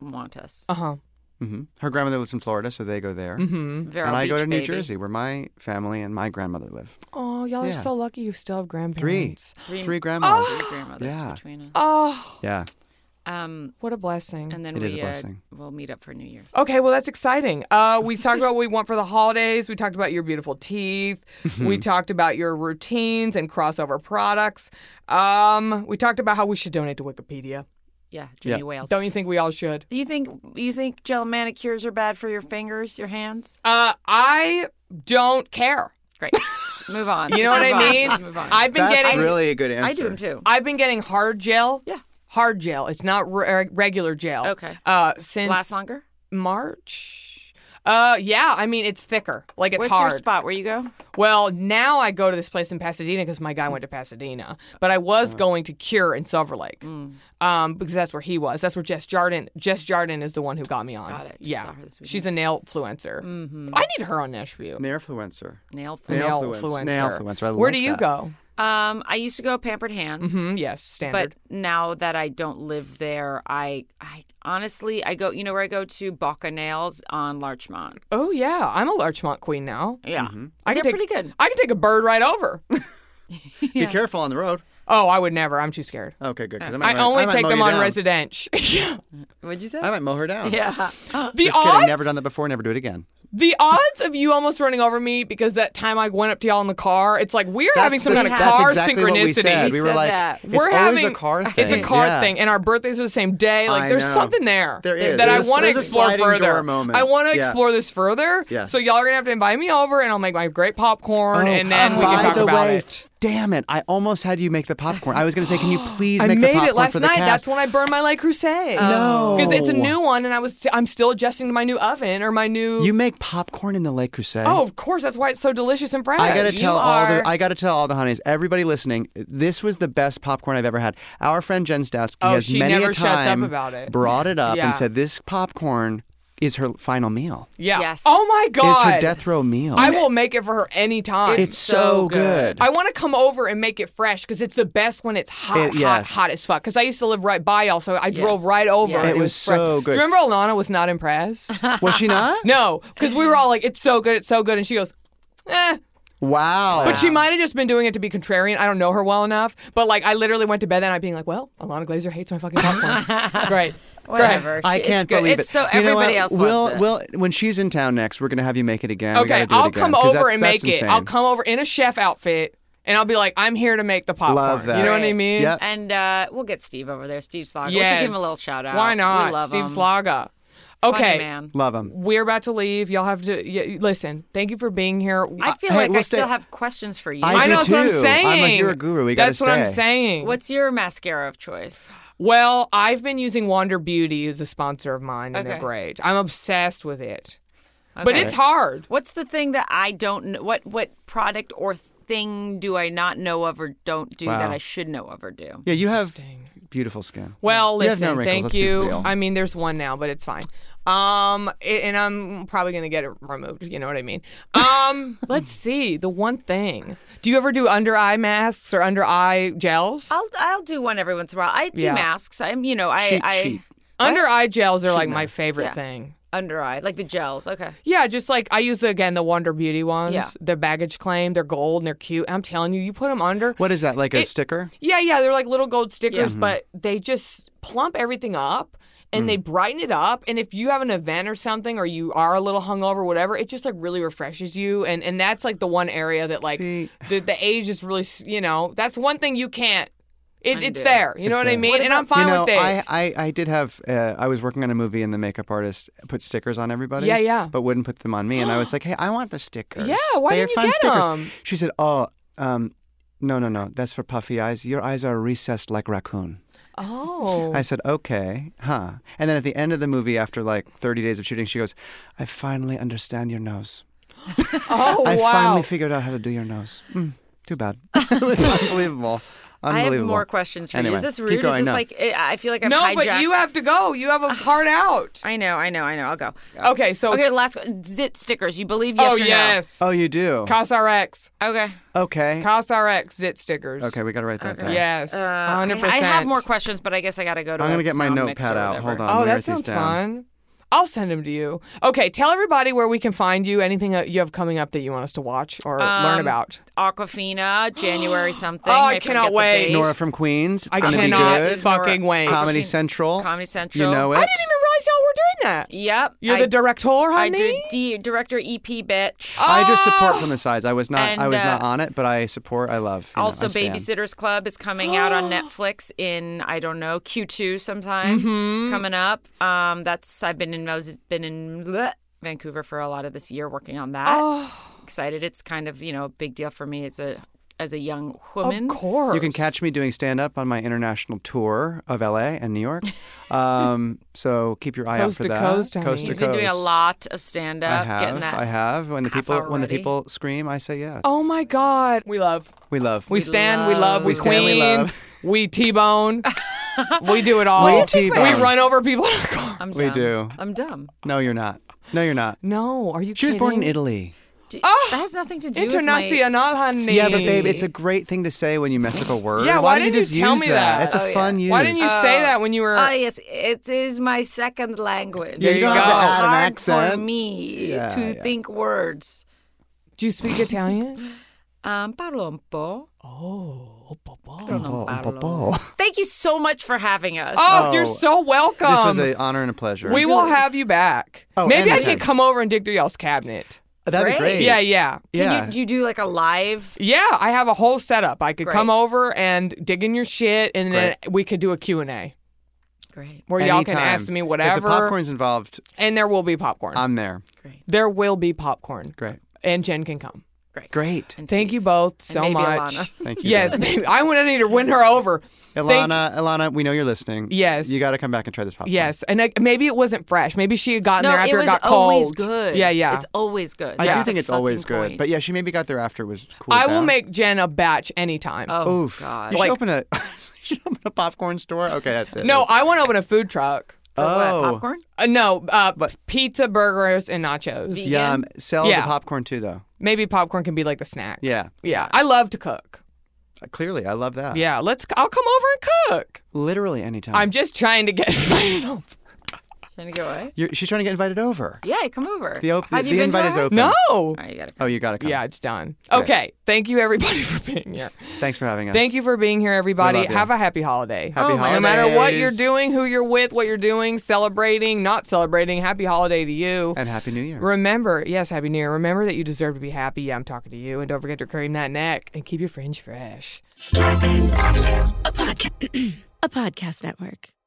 C: want us.
B: Uh huh.
D: hmm Her grandmother lives in Florida, so they go there.
B: Mm-hmm.
C: Vero
D: Mm-hmm. And I go
C: Beach,
D: to New
C: baby.
D: Jersey, where my family and my grandmother live.
B: Oh, y'all are
D: Yeah.
B: so lucky you still have
D: Three,
B: grandparents.
D: three grandmas.
C: Three grandmothers
D: Yeah.
C: between us.
B: Oh,
D: Yeah,
C: Um,
B: what a blessing.
C: and then
D: It
C: we
D: is a
C: uh,
D: blessing.
C: we'll meet up for New Year's.
B: Okay, well that's exciting. Uh, we talked about what we want for the holidays. We talked about your beautiful teeth.
D: Mm-hmm.
B: We talked about your routines and crossover products. Um, we talked about how we should donate to Wikipedia.
C: Yeah, Jimmy Wales.
B: Don't you think we all should?
C: you think you think gel manicures are bad for your fingers, your hands?
B: Uh, I don't care.
C: Great. Move on.
B: You know what
C: Move on.
B: I mean?
C: Let's move on.
B: I've been
D: that's
B: getting
D: really a good answer.
C: I do them too.
B: I've been getting hard gel.
C: Yeah.
B: Hard gel. It's not re- uh, regular gel.
C: Okay.
B: Uh, since
C: Last longer.
B: March. Uh, yeah. I mean, it's thicker. Like it's
C: What's
B: hard.
C: your spot where you go?
B: Well, now I go to this place in Pasadena because my guy went to Pasadena, but I was going to Cure in Silver Lake um, because that's where he was. That's where Jess Jardin. Jess Jardin is the one who got me on.
C: Got it. Just
B: yeah,
C: saw her this
B: she's a nail influencer. I need her on Nashville.
D: Nairfluencer.
C: Nail
D: Nail
C: file.
D: influencer. Nail influencer. I
B: Where
D: like
B: do you
D: that.
B: go?
C: Um, I used to go pampered hands.
B: Hmm, yes, standard.
C: But now that I don't live there, I I honestly I go you know where I go to Baca Nails on Larchmont.
B: oh yeah, I'm a Larchmont queen now.
C: Yeah,
D: mm-hmm.
B: I
C: they're
B: can take,
C: pretty good.
B: I can take a bird right over.
D: Be careful on the road.
B: oh, I would never. I'm too scared.
D: Okay, good. 'cause
B: I
D: Um, might-
B: only
D: might
B: take
D: mow
B: them
D: you
B: on
D: down.
B: residential.
C: What'd you say?
D: I might mow her down. Yeah.
B: the
D: Just
B: odds.
D: kidding. Never done that before. Never do it again.
B: The odds of you almost running over me because that time I went up to y'all in the car, it's like we're having some
D: the-
B: kind of
D: that's
B: car
D: exactly
B: synchronicity.
D: What we, said. we
C: We
D: were
C: said
D: like,
C: that.
D: it's
B: We're
D: always
B: having
D: a car thing.
B: It's a car
D: Yeah.
B: thing, and our birthdays are the same day. Like,
D: I
B: there's
D: know.
B: something there,
D: There is.
B: that
D: There's
B: I
D: a-
B: want to
D: there's a
B: explore
D: sliding
B: further.
D: door moment.
B: I want to
D: Yeah.
B: explore this further.
D: Yes.
B: So
D: Oh,
B: y'all are gonna have to invite me over, and I'll make my great popcorn, and then we
D: By
B: can talk
D: the
B: about
D: way,
B: it.
D: Damn it! I almost had you make the popcorn. I was going to say, can you please
B: I
D: make the
B: made
D: popcorn
B: it last
D: for the
B: night.
D: cast?
B: That's when I burned my light crusade.
D: No.
B: because it's a new one, and I was i I'm still adjusting to my new oven or my new.
D: You make popcorn in the Lake Crusade.
B: oh, of course. That's why it's so delicious and fresh.
D: I gotta
B: You
D: tell all
B: are-
D: the I gotta tell all the honeys, everybody listening, this was the best popcorn I've ever had. Our friend Jen Stoutsky
B: Oh,
D: has
B: she
D: many
B: never
D: a
B: shuts up
D: time
B: about it.
D: brought it up
B: Yeah.
D: and said this popcorn is her final meal.
B: Yeah.
C: Yes.
B: Oh my God.
D: Is her death row meal.
B: I will make it for her anytime.
D: it's so good.
B: I want to come over and make it fresh because it's the best when it's hot,
D: It- yes.
B: hot, hot as fuck. Because I used to live right by y'all, so I drove right over.
C: Yes.
B: and
C: It
D: was so
B: Do
D: good.
B: you remember Alana was not impressed?
D: was she not?
B: no, because we were all like, "It's so good, it's so good," and she goes, "Eh."
D: Wow.
B: But she might have just been doing it to be contrarian. I don't know her well enough. But like, I literally went to bed that night being like, "Well, Alana Glazer hates my fucking popcorn." Great.
C: Whatever.
D: I
C: She-
D: can't
C: it's good.
D: believe
C: it's
D: it.
C: So
D: You know
C: everybody
D: what?
C: else
D: we'll,
C: loves it.
D: We'll, when she's in town next, we're gonna have you make it again. We
B: Okay,
D: gotta do it
B: I'll
D: again,
B: come
D: 'cause
B: over
D: that's-
B: and
D: that's
B: make it.
D: insane.
B: I'll come over in a chef outfit, and I'll be like, "I'm here to make the popcorn."
D: Love that.
B: You know what I
C: Right.
B: mean?
D: Yep.
C: and uh, we'll get Steve over there. Steve Slaga. We should
B: Yes.
C: give him a little shout out.
B: Why not?
C: We love
B: Steve
C: him.
B: Slaga.
C: Funny
B: Okay,
C: man.
D: Love them.
B: we're about to leave. Y'all have to y- listen. Thank you for being here.
C: I feel
D: hey,
C: like
D: we'll
C: I still
D: stay-
C: have questions for you.
D: I-
B: I
D: do
B: know that's what I'm
D: too. I'm
B: saying.
D: like, you're a guru. We gotta
B: That's what I'm
D: stay.
B: saying.
C: What's your mascara of choice?
B: Well, I've been using Wander Beauty as a sponsor of mine, and they're
C: Okay.
B: great. I'm obsessed with it, but
C: Okay.
B: it's hard.
C: What's the thing that I don't know? What what product or thing do I not know of or don't do that
D: Wow.
C: I should know of or do?
D: Yeah, you have beautiful skin.
B: Well,
D: You have
B: listen,
D: no wrinkles,
B: thank
D: let's be
B: you.
D: real.
B: I mean, there's one now, but it's fine. Um, a- and I'm probably gonna get it removed. You know what I mean? Um, let's see. The one thing. Do you ever do under eye masks or under eye gels?
C: I'll I'll do one every once in a while. I do
B: Yeah.
C: masks. I'm you know I
D: Cheap,
C: I
D: cheap.
B: under eye gels are like my favorite
C: Yeah.
B: thing.
C: under eye like the gels. Okay.
B: Yeah, just like I use the again the Wonder Beauty ones.
C: Yeah.
B: The baggage claim. They're gold and they're cute. I'm telling you, you put them under.
D: What is that? Like a
B: It-
D: sticker?
B: Yeah, yeah, they're like little gold stickers,
D: Mm-hmm.
B: but they just plump everything up and
D: Mm.
B: they brighten it up. And if you have an event or something, or you are a little hungover, whatever, it just like really refreshes you. And and that's like the one area that like
D: See-
B: the the age is really s- you know that's one thing you can't It, it's
C: Undo.
B: there. You know
D: It's
B: what I
D: there.
B: mean? and I'm
D: you
B: fine
D: know,
B: with it.
D: I, I, I did have, uh, I was working on a movie and the makeup artist put stickers on everybody.
B: Yeah, yeah.
D: But wouldn't put them on me. And I was like, hey, I want the stickers.
B: Yeah, why
D: they
B: didn't you
D: are fun
B: get
D: stickers.
B: 'em?
D: She said, oh, um, no, no, no. That's for puffy eyes. Your eyes are recessed like raccoon.
B: oh.
D: I said, okay, huh. And then at the end of the movie, after like 30 days of shooting, she goes, I finally understand your nose.
B: oh,
D: I
B: wow.
D: finally figured out how to do your nose. Mm, too bad. it was unbelievable. Unbelievable.
C: I have more questions for
D: anyway,
C: you. Is this
D: keep
C: rude?
D: Going,
C: Is this
D: no.
C: like I I feel like I'm
B: no, but
C: hijacked.
B: you have to go. You have a hard out.
C: I know, I know, I know. I'll go.
B: Okay, so.
C: Okay, last zit stickers. You believe yes
B: oh,
C: or
B: yes.
D: Oh, you do?
B: CosRX.
C: no? Okay.
D: okay.
B: CosRX zit stickers.
D: Okay, we got to write that down.
B: Yes.
C: Uh, I-
B: 100%.
C: I have more questions, but I guess I gotta go to.
D: I'm gonna
C: a
D: get my
C: sound
D: notepad
C: mix or
D: out.
C: whatever.
D: Hold on.
B: Oh,
D: Let me
B: that
D: write these
B: sounds
D: down.
B: fun. I'll send them to you. Okay, tell everybody where we can find you, anything that you have coming up that you want us to watch or learn
C: Um,
B: about.
C: Aquafina, January something.
B: Oh, I
C: forget
B: cannot
C: the
B: wait.
C: date.
D: Nora from Queens. It's
B: I
D: going to be
B: cannot
D: good.
B: fuck- fucking wait.
C: Aquafina-
D: Comedy Central.
C: Comedy
D: You
C: Central.
D: know it.
B: I didn't even realize y'all were doing that.
C: Yep.
B: You're
C: I-
B: the director, honey.
C: I do D, director E EP
D: Oh.
C: bitch.
D: I just support from the sides. I was not.
C: Ah! And,
D: I was
C: uh,
D: not on it, but I support. I love. you know,
C: also,
D: I stand.
C: Babysitters Club is coming out on Netflix in I don't know Q2 sometime
B: Mm-hmm.
C: coming up. Um, that's I've been in I was been in bleh, Vancouver for a lot of this year working on that.
B: Oh.
C: Excited! It's kind of you know a big deal for me as a as a young woman.
B: Of course.
D: You can catch me doing stand up on my international tour of LA and New York. Um, so keep your eye
B: Coast
D: out for
B: to
D: that.
B: coast, honey.
D: coast
C: He's
D: to
C: been doing a
D: coast.
C: lot of stand
D: I
C: up,
D: have.
C: getting that.
D: I have. When the
C: half
D: people when the
C: already.
D: people scream, I say yeah.
B: Oh my God. We love.
D: We love.
B: We, stand, we love, we,
D: We
B: queen,
D: stand, we love.
B: we T-bone, we do it all.
D: We T-bone.
B: We run over people in the car.
C: I'm
D: We
C: dumb.
D: do.
C: I'm dumb.
D: No, you're not. No, you're not.
B: No, are you
D: She was
B: kidding?
D: born in Italy.
C: D-
B: Oh!
C: that has nothing to do with my-
B: International, honey.
D: Yeah, but babe, it's a great thing to say when you mess up a word.
B: Yeah, why
D: don't you
B: didn't you
D: just
B: tell
D: use
B: me that?
D: It's a
B: Oh,
D: fun use.
B: Why didn't you say that when you were?
C: Oh yes, it is my second language.
D: Yeah,
B: you don't
C: It's
B: have to
C: hard
D: add an accent.
C: for me
D: Yeah,
C: to
D: yeah.
C: think words.
B: do you speak Italian?
C: Um, parlo un po'. Oh,
D: Oh, Bobo.
C: Thank you so much for having us.
B: Oh,
D: Oh,
B: you're so welcome.
D: This was an honor and a pleasure.
B: we will have you back.
D: Oh,
B: Maybe I
D: anytime.
B: can come over and dig through y'all's cabinet.
D: That'd be
C: Great.
D: great.
B: Yeah, yeah.
C: Can
D: yeah.
C: you, do you do like a live?
B: Yeah, I have a whole setup. I could
C: Great.
B: come over and dig in your shit, and then we could do a Q&A
C: Great,
B: where y'all can
D: Anytime.
B: ask me
D: If the
B: whatever.
D: popcorn's involved,
B: and there will be popcorn.
D: I'm there.
C: great,
B: there will be popcorn.
D: Great.
B: And Jen can come.
C: great,
D: Great.
C: And
B: Thank
C: Steve.
B: you both so
C: maybe
B: much.
C: Alana.
D: Thank you.
B: Yes,
D: Elana.
B: maybe. I want to need to win her over. Thank-
D: Ilana, Ilana, we know you're listening.
B: Yes.
D: You got to come back and try this popcorn.
B: Yes, and like, maybe it wasn't fresh. Maybe she had gotten
C: No,
B: there
C: it
B: after it,
C: was
B: got cold.
C: always good.
B: Yeah, yeah.
C: It's always good.
D: I
C: That's
D: do
C: the
D: think it's always
C: fucking
D: good.
C: point.
D: But yeah, she maybe got there after it was cool.
B: I will make Jen a batch anytime.
C: Oh
D: Oof.
C: god.
D: You should
B: Like-
D: open a. you should open a popcorn store. Okay, that's it.
B: no,
D: That's-
B: I want to open a food truck.
C: For what,
D: Oh.
C: popcorn.
B: Uh, no, uh,
D: But-
B: pizza, burgers, and nachos.
D: Yum. Sell
B: Yeah.
D: the popcorn too, though.
B: Maybe popcorn can be like the snack.
D: Yeah.
B: yeah. I love to cook.
D: Clearly, I love that.
B: Yeah, let's. I'll come over and cook.
D: Literally anytime.
B: I'm just trying to get final.
C: Trying to get away?
D: You're, she's trying to get invited over.
C: Yeah, come over.
D: The, op-
C: Have you
D: the
C: been
D: invite
C: to
D: is
C: her?
D: open.
B: No.
C: All right, you gotta
D: Oh, you got to come.
B: Yeah, it's done. Okay. Thank you everybody for being here.
D: Thanks for having us.
B: Thank you Oh for being here, everybody.
D: We love you.
B: Have a happy holiday.
D: Happy
B: No matter what you're
D: holidays.
B: doing, who you're with, what you're doing, celebrating, not celebrating, happy holiday to you.
D: And Happy New Year.
B: Remember, yes, Happy New Year. Remember that you deserve to be happy. Yeah, I'm talking to you. And don't forget to cream that neck and keep your fringe fresh.
A: Scorpions Avenue.
G: a podcast a podcast network.